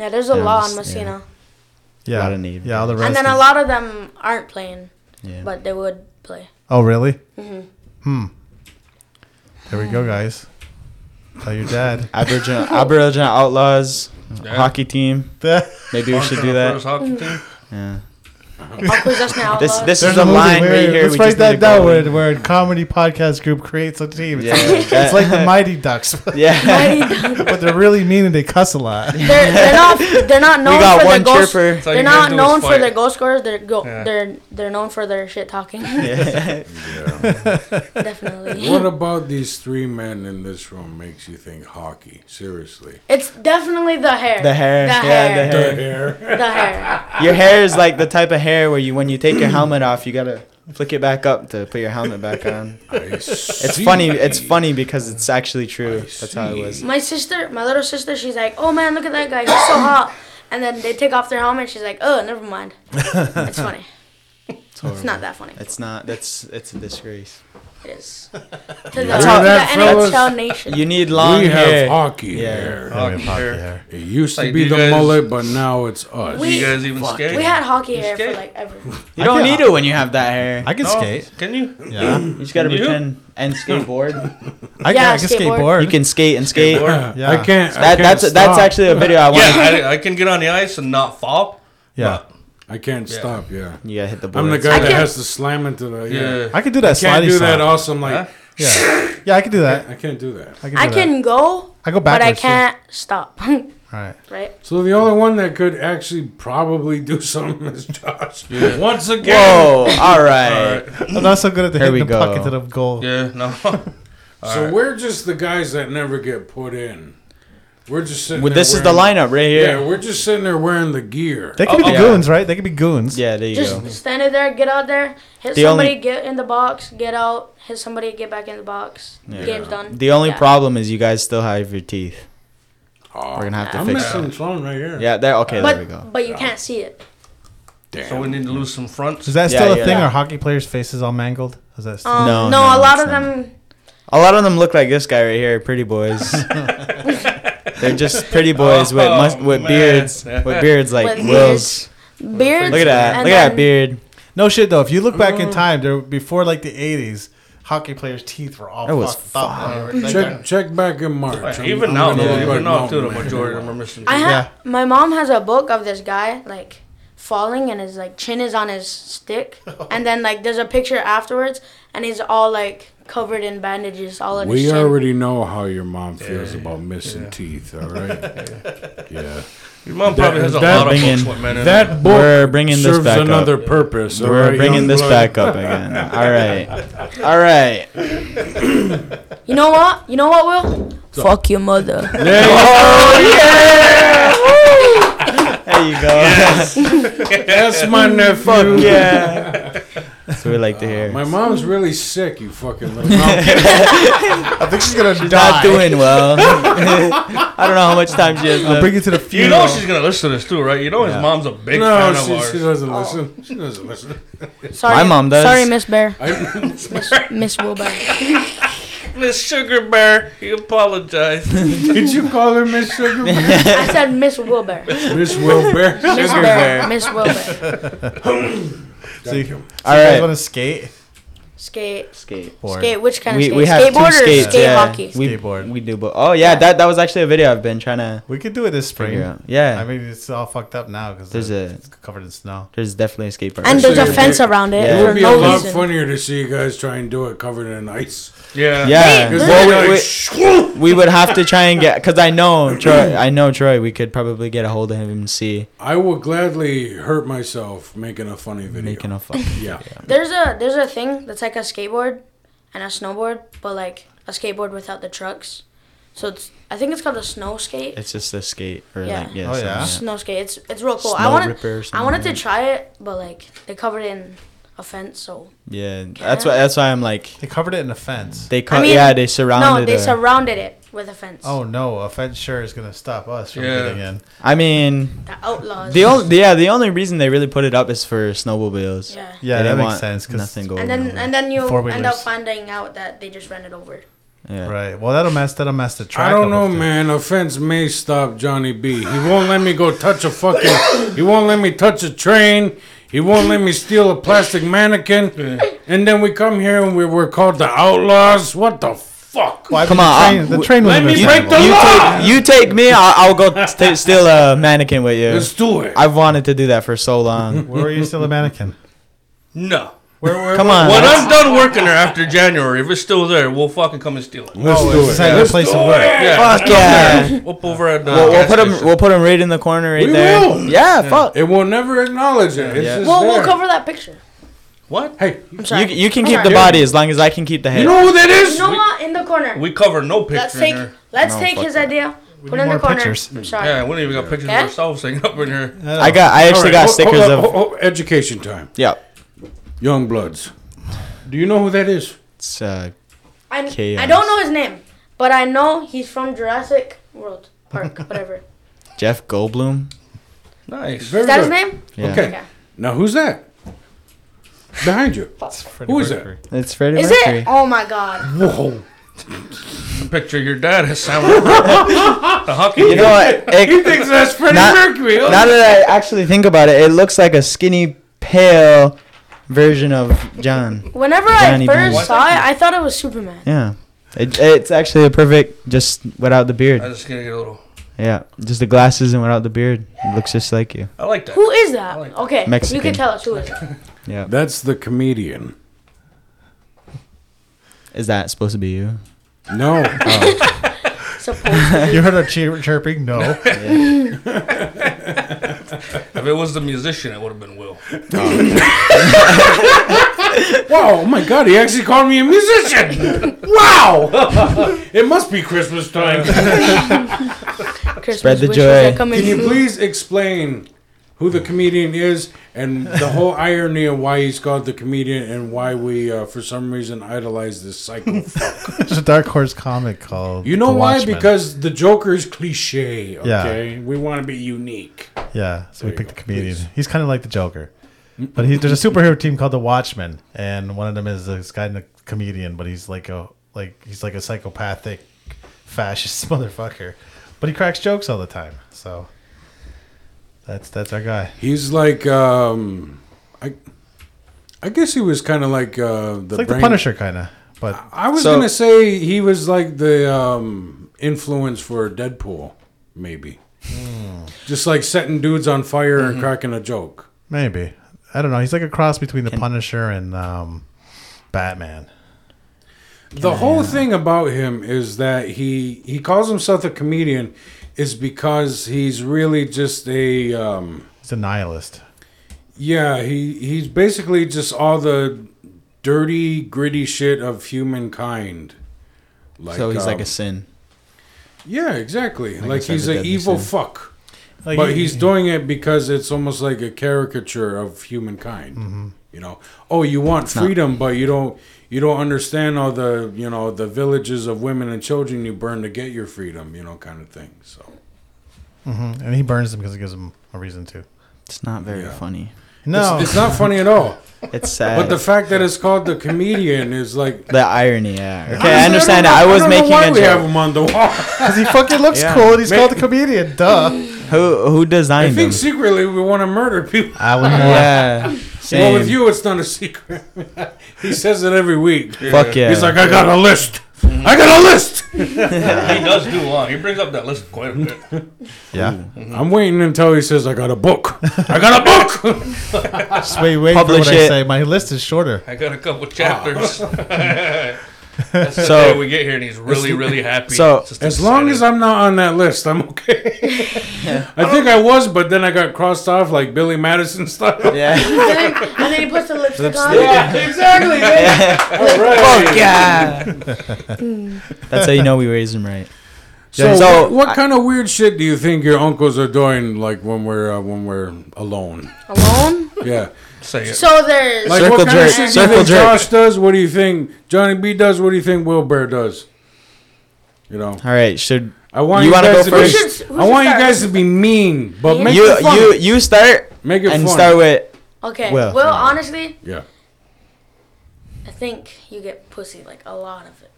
yeah, there's a
Yeah,
lot
just-
on Messina,
yeah,
Lot of need.
yeah. All the rest.
and then a
is-
lot of them aren't playing,
Yeah,
but they would play.
Oh really?
Mhm.
Hmm. There we go, guys. Tell your dad.
Aboriginal Aboriginal Outlaws
Yeah.
hockey team.
There's
Maybe we should do that.
First hockey team.
Yeah.
Aquasasa now.
This
uh,
this is
a
the
movie
line
where-
right here.
Let's
we
write
just need
that
to go
down.
with.
Where, where a comedy podcast group creates a team. It's,
Yeah.
like, it's like the Mighty Ducks,
Yeah.
but they're really mean and they cuss a lot.
they're, they're not they're not
we
known
got
for their
one
goals.
chirper.
So
they're
you guys
not
do is
known for
fight.
their goal scorers. They're go
Yeah.
they're they're known for their shit talking.
Yeah.
definitely.
What about these three men in this room makes you think hockey? Seriously.
It's definitely the hair.
The hair.
The
yeah,
hair.
the hair.
hair.
The hair.
Your hair is like the type of hair where you when you take your helmet off, you gotta flick it back up to put your helmet back on. It's
It's
funny. It's funny because it's actually true.
I
That's how it was.
see.
My sister, my little sister, she's like, "Oh man, look at that guy. He's so hot." And then they take off their helmet. She's like, "Oh, never mind." It's funny.
It's,
It's not that funny.
It's not. That's it's a disgrace.
It is. To the,
That's
to
how-
the
that fellas-
NHL nation.
You need long
we have
hair.
hockey
Yeah.
hair.
Yeah, we have
Hockey
hockey
hair.
hair.
It used to
Like,
be
you
the
guys-
mullet, but now it's us.
Do
We-
you guys even skate?
We had hockey
You
hair for
skate?
like ever.
You don't need it when you have that hair.
I can
No?
skate.
Can you?
Yeah,
You just gotta
Can you?
pretend and skateboard.
I can,
Yeah,
I can
skateboard.
skateboard.
you can skate and skate.
Or-
Yeah.
I can't. I
That,
can't
that's that's
stop.
actually a video I want.
yeah, I, I can get on the ice and not fall.
yeah,
I can't
Yeah.
stop. Yeah.
You gotta hit the boards.
I'm the guy that
can't-
has to slam into the. Yeah.
Yeah.
I can do that
I can't
slidey
do that.
slide.
Also, I'm like,
Huh?
Yeah, yeah, I can do that.
I can't do that.
I can. Do
I
that.
can go,
I go
but I
backwards. too.
can't stop.
All right.
right?
So the only one that could actually probably do something is Josh.
Once again.
Whoa! All right.
I'm not so good at the
There
hitting the
we
puck
go.
into the goal.
Yeah, no.
so we're just the guys that never get put in. We're just sitting.
Well,
there
this is the
wearing-
lineup right here.
Yeah, we're just sitting there wearing the gear.
They could be
Oh, yeah.
goons, right? They could be goons.
Yeah, there you
Just
go.
stand it there, get out there, hit
The
somebody,
only-
get in the box, get out, hit somebody, get back in the box.
Yeah.
Game's done.
The only
Yeah.
problem is you guys still have your teeth.
Oh,
We're gonna have to
I'm
fix
missing something right here.
it. Yeah, there. Okay,
But
there we go.
but you can't see it.
Damn.
so we need to lose some fronts.
Is that
Yeah,
still
yeah.
a thing?
Yeah.
Are hockey players' faces all mangled? Is that still?
Um,
No,
no,
no,
a lot
it's
of
not.
them.
A lot of them look like this guy right here, pretty boys. They're just pretty boys with mus-
Oh,
with
man.
beards, with beards like
With
Will's.
Beards.
Look at that!
and
Look at that
then-
beard.
No shit though. If you look
Mm.
back in time, there before like the '80s, hockey players' teeth were all
That was
fucked up. They were-
Check, check back in March. I'm-
even
I'm
now,
gonna
though,
look
even
like
now, too, the
Malcolm
majority of them
McDowell.
are missing.
I
Yeah.
have my mom has a book of this guy like falling and his like chin is on his stick, and then like there's a picture afterwards, and he's all like covered in bandages all on his
We
chin.
already know how your mom feels about missing teeth. All right. yeah.
Your mom probably has a
That-
lot of
bringing-
books with men in it.
That book
We're bringing this
serves
back
another
up.
purpose. all
We're
right,
bringing
young
this
blood?
back up again. All right, all right.
You know what? You know what, Will? Fuck your mother.
There you
Oh, There you go.
That's my nephew.
yeah. That's what we like to hear.
Uh, My mom's really sick, you fucking little. No, I'm kidding.
I think she's gonna
Not
die.
doing well. I don't know how much time she has
I'll
left.
uh, bring it to the
You
funeral.
know she's gonna listen to this too, right? You know his
Yeah.
mom's a big
no
fan of
she,
ours. Oh.
she doesn't listen. She doesn't listen.
Sorry,
My mom does.
Sorry, Miss Bear.
I,
Miss Miss Wilbur.
Miss Sugar Bear, he apologized.
did you call her Miss Sugar Bear?
I said Miss Wilbur.
Miss Wilbur.
Miss
Sugar
Bear.
Bear.
Miss Wilbur.
So you, so you
All
guys
right.
want to skate?
skate,
skate.
Board.
skate. Which kind
We,
of
we
skate?
have two
Skateboard or
skates.
skate
yeah.
hockey?
We,
Skateboard.
We do both. Oh yeah, that that was actually a video I've been trying to
We could do it this spring.
figure out. Yeah,
I mean, it's all fucked up now because
There's a-
it's covered in snow.
there's definitely a skate park.
and there's a
Actually,
fence
it-
around it
Yeah.
It
for
would be a
no
lot
reason.
funnier to see you guys try and do it covered in ice.
Yeah.
yeah,
Hey,
well, we- we-
Well,
we would have to try and get because I know Troy. I know Troy. We could probably get a hold of him and see
I will gladly hurt myself making a funny video.
making a fuck.
yeah.
There's a there's a thing that's like a skateboard and a snowboard, but like a skateboard without the trucks. So it's I think it's called a snow skate.
It's just a skate or
Yeah.
like yeah.
Oh,
something,
yeah?
Snow skate. It's it's real cool. I
Snow
wanted
ripper or
I
something
wanted to
like
try it, but like they covered it in a fence. So
Yeah, that's why. That's why I'm like
They covered it in a fence.
they cut.
mean,
yeah, they surrounded.
no, they
her.
surrounded it with a fence.
Oh no, a fence sure is gonna stop us from
Yeah.
getting in.
I mean,
the outlaws.
the only yeah, the only reason they really put it up is for snowmobiles.
yeah.
Yeah,
They
that
didn't
makes
want
sense. 'cause-
nothing going.
And then
on.
and then you end up
Four-wheelers.
finding out that they just ran it over.
yeah.
Right. Well, that'll mess. That'll mess the track.
I don't
up
know,
if they-
man. Offense may stop Johnny B. He won't let me go touch a fucking. he won't let me touch a train. He won't let me steal a plastic mannequin. And then we come here and we were called the Outlaws. What the fuck?
Why, but
Come
the
on, uh,
train-
I'm-
the train was
Let me break
miserable.
the
You
law.
take you take me. I'll, I'll go sta steal a mannequin with
Let's
you.
do it.
I've wanted to do that for so long.
Where were you still a mannequin?
No.
Come on,
When
let's-
I'm done working there after January, if it's still there, we'll fucking come and steal it.
Let's
Oh,
do
it's
it.
like a
Let's
place
do
of work.
it.
Yeah.
Fuck yeah.
Whoop over at the
We'll, we'll
gas
put him.
station.
We'll put him right in the corner right
We
there.
will.
Yeah, fuck.
It will never acknowledge it. It's
Yeah.
just
Well, we'll
there.
cover that picture.
What?
Hey,
I'm
You,
sorry.
you can
I'm
keep
sorry.
the body as long as I can keep the head.
you know who that is?
You know what? In the corner.
We cover no picture
let's take
in here.
let's
No,
take
fuck
his
that.
idea.
We
Put
need
it in the
more
corner.
pictures.
I'm sorry.
Yeah, we don't even got pictures
Yeah?
of ourselves hanging up in here.
don't
I got. I actually
Hold-
got
hold-
stickers
hold-
of.
hold- hold- education time.
Yeah.
Young Bloods. Do you know who that is?
It's, uh,
I,
Chaos.
I don't know his name, but I know he's from Jurassic World Park, whatever.
Jeff Goldblum.
Nice.
Very
Is that his
good.
name?
Yeah.
Okay.
Okay.
Now who's that? Behind you. Who is that?
It's Freddie
Is
Mercury.
it? Oh my god.
Whoa.
Picture of your dad has sounded the hockey.
You know what?
He
It-
thinks that's Freddie
Not-
Mercury.
now that I actually think about it, it looks like a skinny, pale version of John.
Whenever
Johnny B.
I first
What?
saw it, I thought it was Superman.
Yeah. It, it's actually a perfect, just without the
I'm
beard.
just gonna get a little.
Yeah. Just the glasses and without the beard. It looks just like you.
I like that.
Who is that?
like that.
Okay,
Mexican.
you can tell us who is it.
Yeah.
That's the comedian.
Is that supposed to be you?
No. Uh,
Supposed.
You heard her chir- chirping? No.
If it was the musician, it would have been Will.
wow, oh my god, he actually called me a musician. wow. it must be Christmas time.
Christmas
Spread the
wishes
joy.
are coming
Can you
true.
please explain who the comedian is and the whole irony of why he's called the comedian and why we, uh, for some reason, idolize this psycho?
There's a Dark Horse comic called.
You know
The
why?
Watchmen.
Because the Joker is cliche.
Yeah.
Okay, we want to be unique.
Yeah, so we
you
picked the
go, Mm-hmm.
comedian.
please.
He's kind of like the Joker, but he's there's a superhero team called the Watchmen, and one of them is this guy, the comedian, but he's like a like he's like a psychopathic fascist motherfucker, but he cracks jokes all the time. So that's that's our guy.
He's like, um, I, I guess he was kind of like uh, the
It's like
brain-
the Punisher, kind of, but
I was
So-
gonna say he was like the um, influence for Deadpool, maybe.
Hmm.
Just like setting dudes on fire
Mm-hmm.
and cracking a joke.
maybe I don't know. He's like a cross between the Punisher and um, Batman.
The whole thing about him is that he he calls himself a comedian, is because he's really just a. Um,
He's a nihilist.
Yeah, he he's basically just all the dirty, gritty shit of humankind. Like,
so he's like
um,
a sin.
yeah, exactly. Like,
it's
he's
like a
an
deadly
evil
sin.
fuck,
Like
but
he-
he's doing it because it's almost like a caricature of humankind. You know, oh, you want
Mm-hmm. not-
freedom, but you don't you don't understand all the you know the villages of women and children you burn to get your freedom. You know, kind of thing. So
Mhm, and he burns them because it gives him a reason to.
It's not very
Yeah.
funny.
No,
it's, it's not funny at all.
It's sad.
But the fact that it's called the comedian is like
The irony, yeah. Okay, I
Honestly,
understand
don't
that. I
know-
was
don't know
making
why
a
we have
joke.
him on the wall.
because he fucking looks
Yeah.
cool and he's
Ma-
called a comedian. Duh.
Who who
I
designed him?
think secretly we want to murder people.
Alan Moore.
Yeah.
Well,
Same.
with you, it's not a secret. he says it every week.
Fuck yeah. Mm-hmm.
He's like, I got a list. I got a list.
He does do a lot. He brings up that list quite a bit.
Yeah.
I'm waiting until he says, I got a book. I got a book.
Just wait, wait
Publish
for what
it.
I say. My list is shorter.
I got a couple chapters.
Oh.
That's the
So-
day we get here, and he's really, really happy.
So-
It's just
As long as
exciting.
I'm not on that list, I'm okay. I think I was, but then I got crossed off like Billy Madison style.
yeah.
And then, and then he puts the lipstick on.
exactly. All right.
That's how you know we raised him right.
So,
So,
what, what
I-
kind of weird shit do you think your uncles are doing? Like when we're uh, when we're alone?
Alone.
Yeah.
say it.
So there's
Like
Circle
what kind
jerk,
of shit do you
circle
think
jerk.
Josh does? What do you think Johnny B does? What do you think Will Bear does? You know,
All right. Should
I want
You
you,
wanna
guys to
go
be,
first? Who should- who
I
should
want you
start?
guys to be mean, but make
you
it fun.
you you start
make it
and
fun.
start with
okay.
Well-
Well, honestly,
yeah.
I think you get pussy like a lot of it.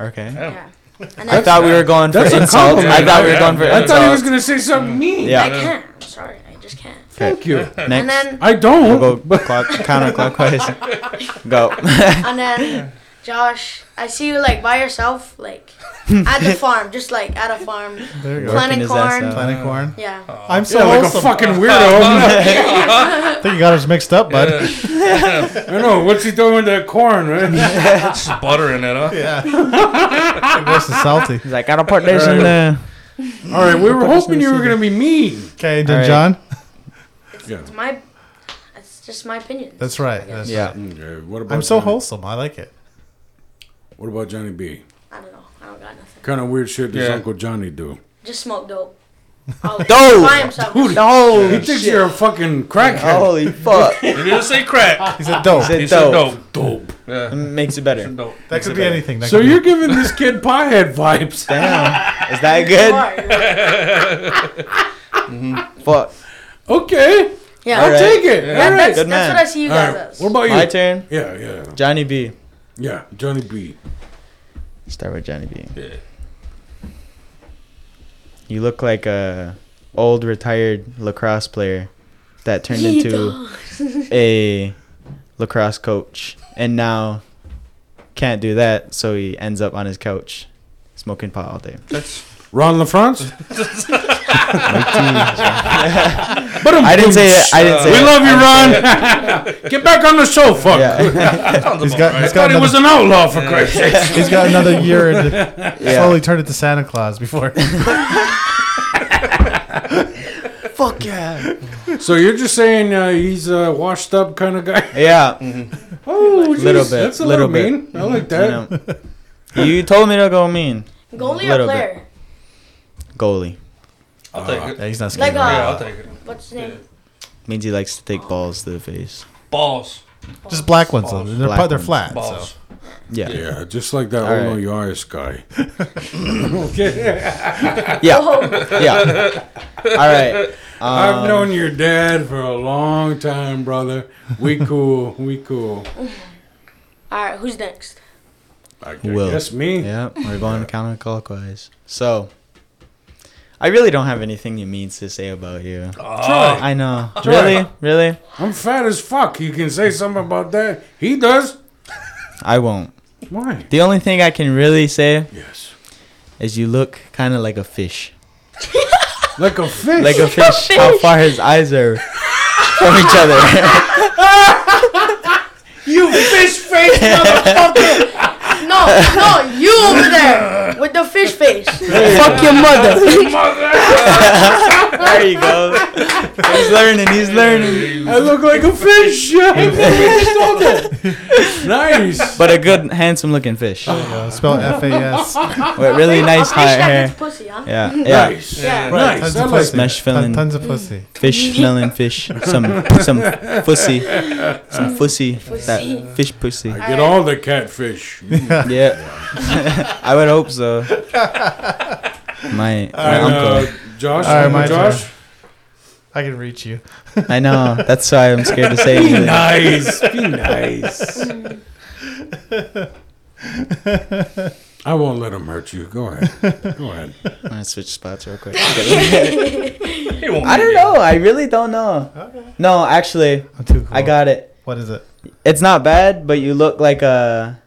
okay.
Yeah.
Yeah. And
I thought we were going for
That's a
insults. I
compliment.
thought Mm. we were
Yeah,
going for
yeah.
I thought he was
insults.
gonna say something mean.
I
Yeah.
can't. I'm sorry. I just can't.
Thank you.
And
Next.
then
I don't.
We'll go
but
clock, counterclockwise. Go.
and then Josh, I see you like by yourself, like at the farm, just like at a farm,
There you go.
Working
planting
his ass
corn.
out.
Planet corn.
Yeah.
I'm so
yeah, like a
wholesome.
fucking weirdo.
I think you got us mixed up, bud.
I know. What's he doing with that corn, right?
It's buttering it, huh?
Yeah. This is salty.
He's like, I don't put this in
Alright.
there.
All right, we were hoping you were gonna be mean.
Okay, then
All right.
John.
Yeah.
It's my. It's just my opinion.
That's right. That's
Yeah.
Okay, what about
I'm so
Johnny-
wholesome. I like it.
What about Johnny B?
I don't know. I don't got nothing.
Kind of weird shit does
Yeah.
Uncle Johnny do?
Just smoke dope. All day.
Dope.
By himself.
He
No.
thinks you're a fucking crackhead.
Holy fuck.
He didn't say crack.
He's a dope.
He
Said
said
dope.
dope. Dope. Yeah.
Makes it better.
Dope.
That could be anything. That
So
could be-
you're giving this kid piehead vibes.
Damn. Is that
You
good?
are, you are.
Fuck.
Okay,
Yeah.
I'll
Alright.
take it. All right.
That's,
Good
that's
man.
what I see you guys
Alright,
as.
What about you?
My turn.
Yeah, yeah,
Johnny B.
yeah. Johnny B.
Start with Johnny B.
Yeah.
You look like a old retired lacrosse player that turned
He
into a lacrosse coach and now can't do that, so he ends up on his couch smoking pot all day.
Ron LaFrance.
I didn't say it. I didn't say
We
it.
love you, Ron. Get back on the show, fuck.
Yeah.
Sounds
He's
about
got-
right.
he's
I thought he
another-
was an outlaw for Christ's sake.
He's got another year and
yeah.
slowly turned into Santa Claus before.
Fuck yeah.
So you're just saying uh, he's a washed up kind of guy?
Yeah.
Oh, geez,
Little bit,
That's a
little
little,
bit.
mean. I like
You,
that.
know. You told me to go mean.
Goalie or
Little bit.
player?
Goalie.
I'll take it.
Yeah, he's not scared.
Like
of
Yeah, I'll
uh,
take it.
what's his name?
Means he likes to take balls to the face.
Balls.
it. Just black ones. though.
Balls.
They're,
Black
pu- they're
ones.
flat.
Balls.
So.
Yeah.
Yeah, just like that
All right.
Ono Yaris guy. okay.
Yeah.
Oh,
Yeah. All right.
I've known your dad for a long time, brother. We cool. We cool.
all right. Who's next?
I gu-
Will.
guess me.
Yeah, we're going counterclockwise. So, I really don't have anything you mean to say about you.
Oh.
Ah,
I know. Really? Really?
I'm fat as fuck. You can say something about that. He does.
I won't.
Why?
The only thing I can really say
Yes.
is you look kind of like a fish.
Like a fish.
Like a fish. How far his eyes are from each other.
you fish face.
No, no, you over there with the fish face.
Fuck your mother. There you go. He's learning. He's learning.
I look like a fish. I've never been told that. Nice.
But a good, handsome-looking fish
Uh, spell F A S.
with really
A
nice
fish
hot
that
hair.
gets pussy, huh?
Yeah, yeah.
Nice.
Yeah.
Nice.
Tons
I
of
like
pussy.
Smash
Ton-
filling.
Tons of pussy.
fish smelling fish some some pussy some pussy
Pussy.
that fish pussy
I get all the catfish.
yeah i would hope so my, my
And, uh,
uncle
Josh,
All right, my
Josh.
I can reach you.
i know that's why i'm scared to say anything
Nice. Be nice. I won't let him hurt you. Go ahead. Go ahead.
I'm gonna switch spots real quick.
He won't
I don't
be-
know. I really don't know. No, actually,
I'm too cool.
I got it.
What is it?
It's not bad, but you look like a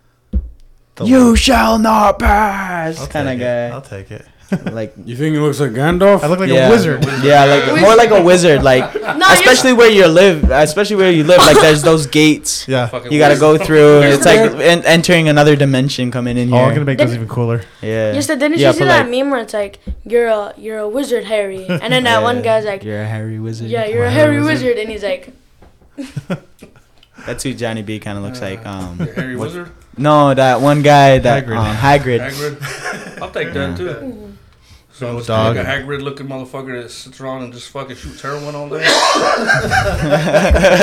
The
"you shall not pass"
I'll
kind of
take it. I'll
guy.
take it.
Like
You think he looks like Gandalf?
I look like
yeah.
a wizard.
Yeah, like more like a wizard. Like
No,
especially where you live, especially where you live. Like there's those gates.
Yeah.
Fucking
You gotta
wizard.
go through. It's like
Yeah.
en- entering another dimension coming in
Oh,
here.
I'm gonna make those even cooler.
yeah.
Yes, didn't
Yeah,
you see
but,
that
like-
meme where it's like you're a you're a wizard, Harry, and then that one
Yeah.
guy's like,
You're a hairy wizard.
yeah, you're a
Harry
Harry
wizard.
wizard, and he's like,
That's who Johnny B kind of
Uh,
looks like. Um,
Harry Wizard?
no, that one guy that
Hagrid.
Hagrid. Um, Hagrid.
Hagrid? I'll take that too. So it's
dog.
like a Hagrid looking motherfucker that sits around and just fucking shoots heroin all day.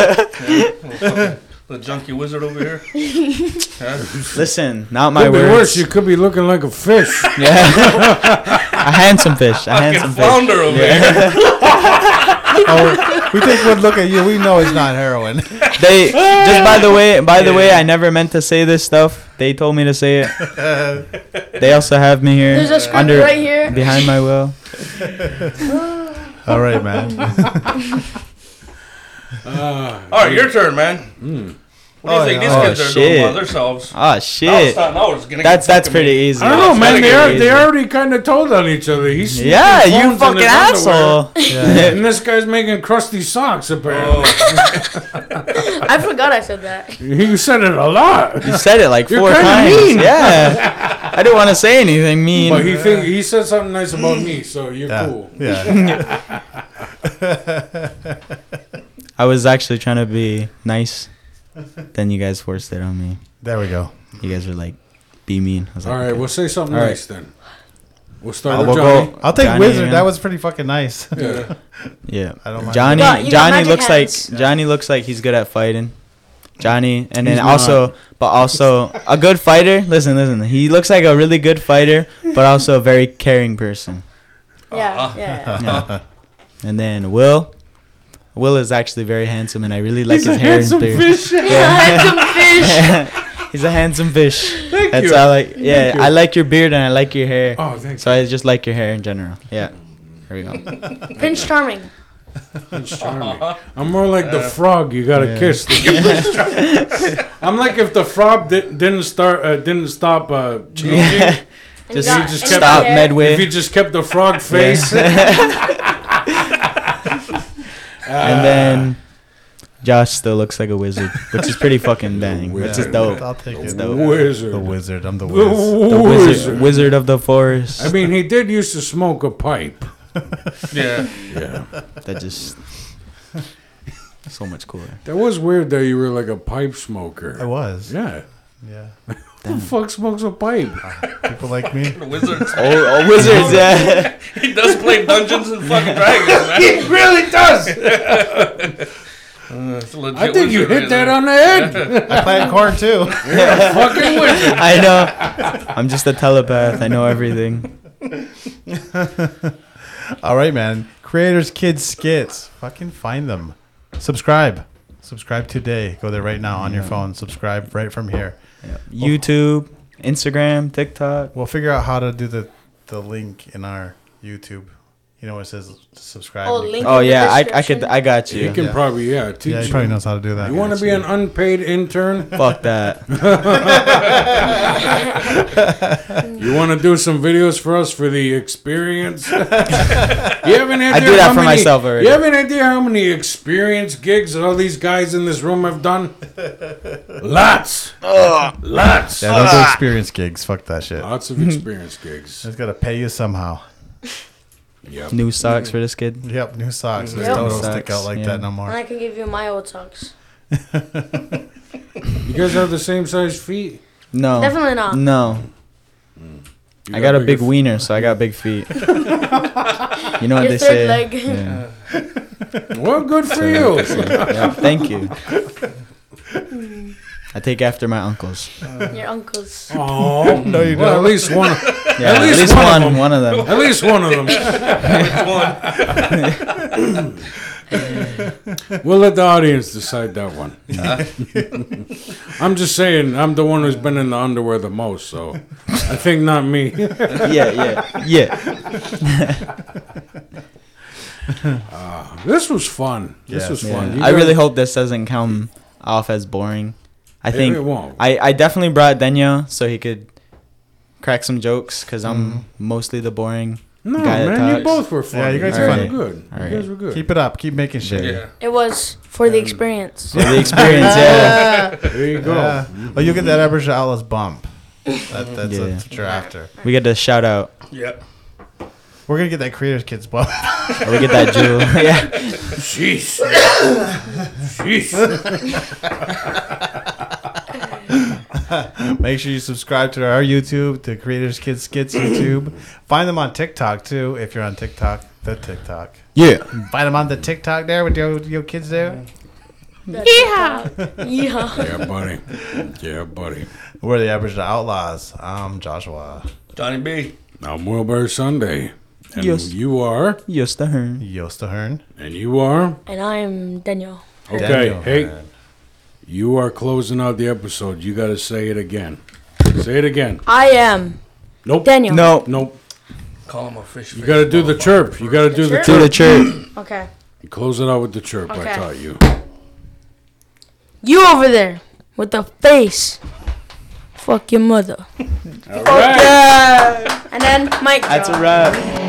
yeah, the junkie wizard over here. Yeah.
Listen, not my
Could be
words.
worse. You could be looking like a fish.
Yeah, a handsome fish. A
Fucking
handsome fish.
flounder over
Yeah.
here.
Oh, we take one look at you. We know it's not heroin.
They just by the way, by the way, I never meant to say this stuff. They told me to say it. They also have me here
there's a script
under
right here.
behind my will.
All right, man.
Ah,
All right, your turn, man. What do you
Oh,
think
yeah.
these
Oh,
kids are
shit.
doing by themselves?
Ah
Now it's
shit.
time- now it's gonna
That's
get
that's
fucking-
pretty easy.
I don't know,
It's
man.
gotta
They
get
are, they
easier.
already kind of told on each other. He's sneaking
Yeah,
phones
you
in
fucking
his underwear.
asshole.
And this guy's making crusty socks, apparently.
Oh,
I forgot I said that.
He said it a lot.
You said it like
You're
four
kinda
times.
mean.
Yeah. I didn't want to say anything mean.
But he think, he said something nice about me, so you're
Yeah.
cool.
Yeah.
I was actually trying to be nice. Then you guys forced it on me.
There we go.
You guys were like, be mean. I was like,
All right,
okay.
we'll say something
All right.
nice then. We'll start
I'll
with
go-
Johnny.
I'll take
Johnny
wizard.
and-
That was pretty fucking nice.
Yeah.
Yeah.
I don't mind.
Johnny
You got- you got
Johnny
magic
looks
hands.
like Johnny looks like he's good at fighting. Johnny and then
He's
also but also a good fighter. Listen, listen. He looks like a really good fighter, but also a very caring person.
Yeah, yeah.
Yeah. and then Will Will is actually very handsome and I really like
He's
his
a
hair and
handsome
beard.
fish.
He's a handsome fish.
He's a handsome fish.
Thank
That's
you.
I like. Yeah,
you.
I like your beard and I like your hair.
Oh, thanks.
So I just like your hair in general. Yeah. There we go.
Prince Charming.
Prince Charming. I'm more like the frog you gotta
Yeah.
kiss. I'm like if the frog di- didn't start, uh, didn't stop uh, changing.
And
Just,
you got-
just
and you
kept-
got
stop
hair.
midway.
If you just kept the frog face,
and then Josh still looks like a wizard, which is pretty fucking bang, which is
wizard.
dope.
I'll take it.
The
The
wizard.
wizard. I'm the
The
wizard.
Wizard,
wizard.
wizard of the forest.
I mean, he did used to smoke a pipe.
yeah.
Yeah.
that just so much cooler.
That was weird that you were like a pipe
I
smoker.
was.
Yeah.
Yeah.
Who the fuck smokes a pipe?
People like me.
The wizards.
Oh, oh wizards, yeah.
He does play Dungeons and fucking Dragons, man.
It really does.
It's a legit
I think you
wizard
hit
right
that
there.
on the head.
I plant corn too.
Fucking wizard.
I know. I'm just a telepath. I know everything.
All right, man. Creators Kids skits. Fucking find them. Subscribe. Subscribe today. Go there right now on your phone. Subscribe right from here.
YouTube, Instagram, TikTok.
We'll figure out how to do the the link in our YouTube. You know where it says subscribe.
Oh, link.
Oh
in the
yeah, I, I
description.
could I got you.
You can
Yeah.
probably yeah teach.
Yeah, he probably knows how to do that.
You want to be an unpaid intern?
Fuck that.
You want to do some videos for us for the experience? you have an idea
I do that
how
for
many-
myself already.
You have an idea how many experience gigs all these guys in this room have done? Lots, lots,
Yeah, those are experience gigs. Fuck that shit.
lots of experience gigs.
Just gotta pay you somehow.
Yep.
New socks for this kid.
Yep, new socks. Just
Yep.
don't
Socks,
stick out like
yeah.
that no
And
more.
I can give you my old socks.
You guys have the same size feet.
No.
Definitely not.
No.
You
I got a big
bigger
wiener, so I got big feet. you know what
Your
they
third
say.
leg.
Yeah.
feet. Well, good for you.
Yeah, Thank you. I take after my uncles.
Your uncles.
Oh, no, you well, at least one.
Yeah, at
least
least,
one of
one,
them.
one of them.
At least one of
Which
them.
one?
We'll let the audience decide that one. I'm just saying, I'm the one who's been in the underwear the most, so I think not me.
yeah, yeah, yeah.
This was fun. This
Yeah.
was
Yeah.
fun. You
I really
guys-
hope this doesn't come off as boring. I
It-
think
it won't.
I, I definitely brought Daniel so he could crack some jokes because
Mm-hmm.
I'm mostly the boring.
No,
guy that
man, you
talks.
both were fun.
Yeah, you guys
were
were
funny.
good.
All
You
right.
guys were good.
Keep it up. Keep making shit.
Yeah.
It was for the experience.
So the experience, yeah.
there you go.
Yeah. Oh, you get that Aboriginal Outlaws bump. That, that's,
Yeah.
that's what you're after.
We get the shout out.
Yeah.
We're gonna get that Creators Kids bump.
Or we get that jewel. yeah.
Jeez. Jeez.
Make sure you subscribe to our YouTube, to Creators Kids Skits YouTube. Find them on TikTok too, if you're on TikTok, the TikTok.
Yeah.
Find them on the TikTok there with your your kids there.
Yeehaw! Yeehaw!
Yeah, buddy. Yeah, buddy.
We're the Aboriginal Outlaws. I'm Joshua.
Johnny B.
I'm Wilbur Sunday. And
Yes.
you are,
Yo, Stern.
Yosta Hearn.
and you are.
And I'm Daniel.
Okay,
Daniel
hey,
Hearn.
you are closing out the episode. You got to say it again. Say it again.
I am
Nope.
Daniel.
No.
Nope.
Call him a fish.
You got to do the chirp. You got to do the
chirp?
To
chirp.
the church.
Okay.
Close it out with the chirp, I
Okay.
taught you.
You over there with the face. Fuck your mother.
All right.
Yeah. And then Mike.
That's a
drop.
wrap.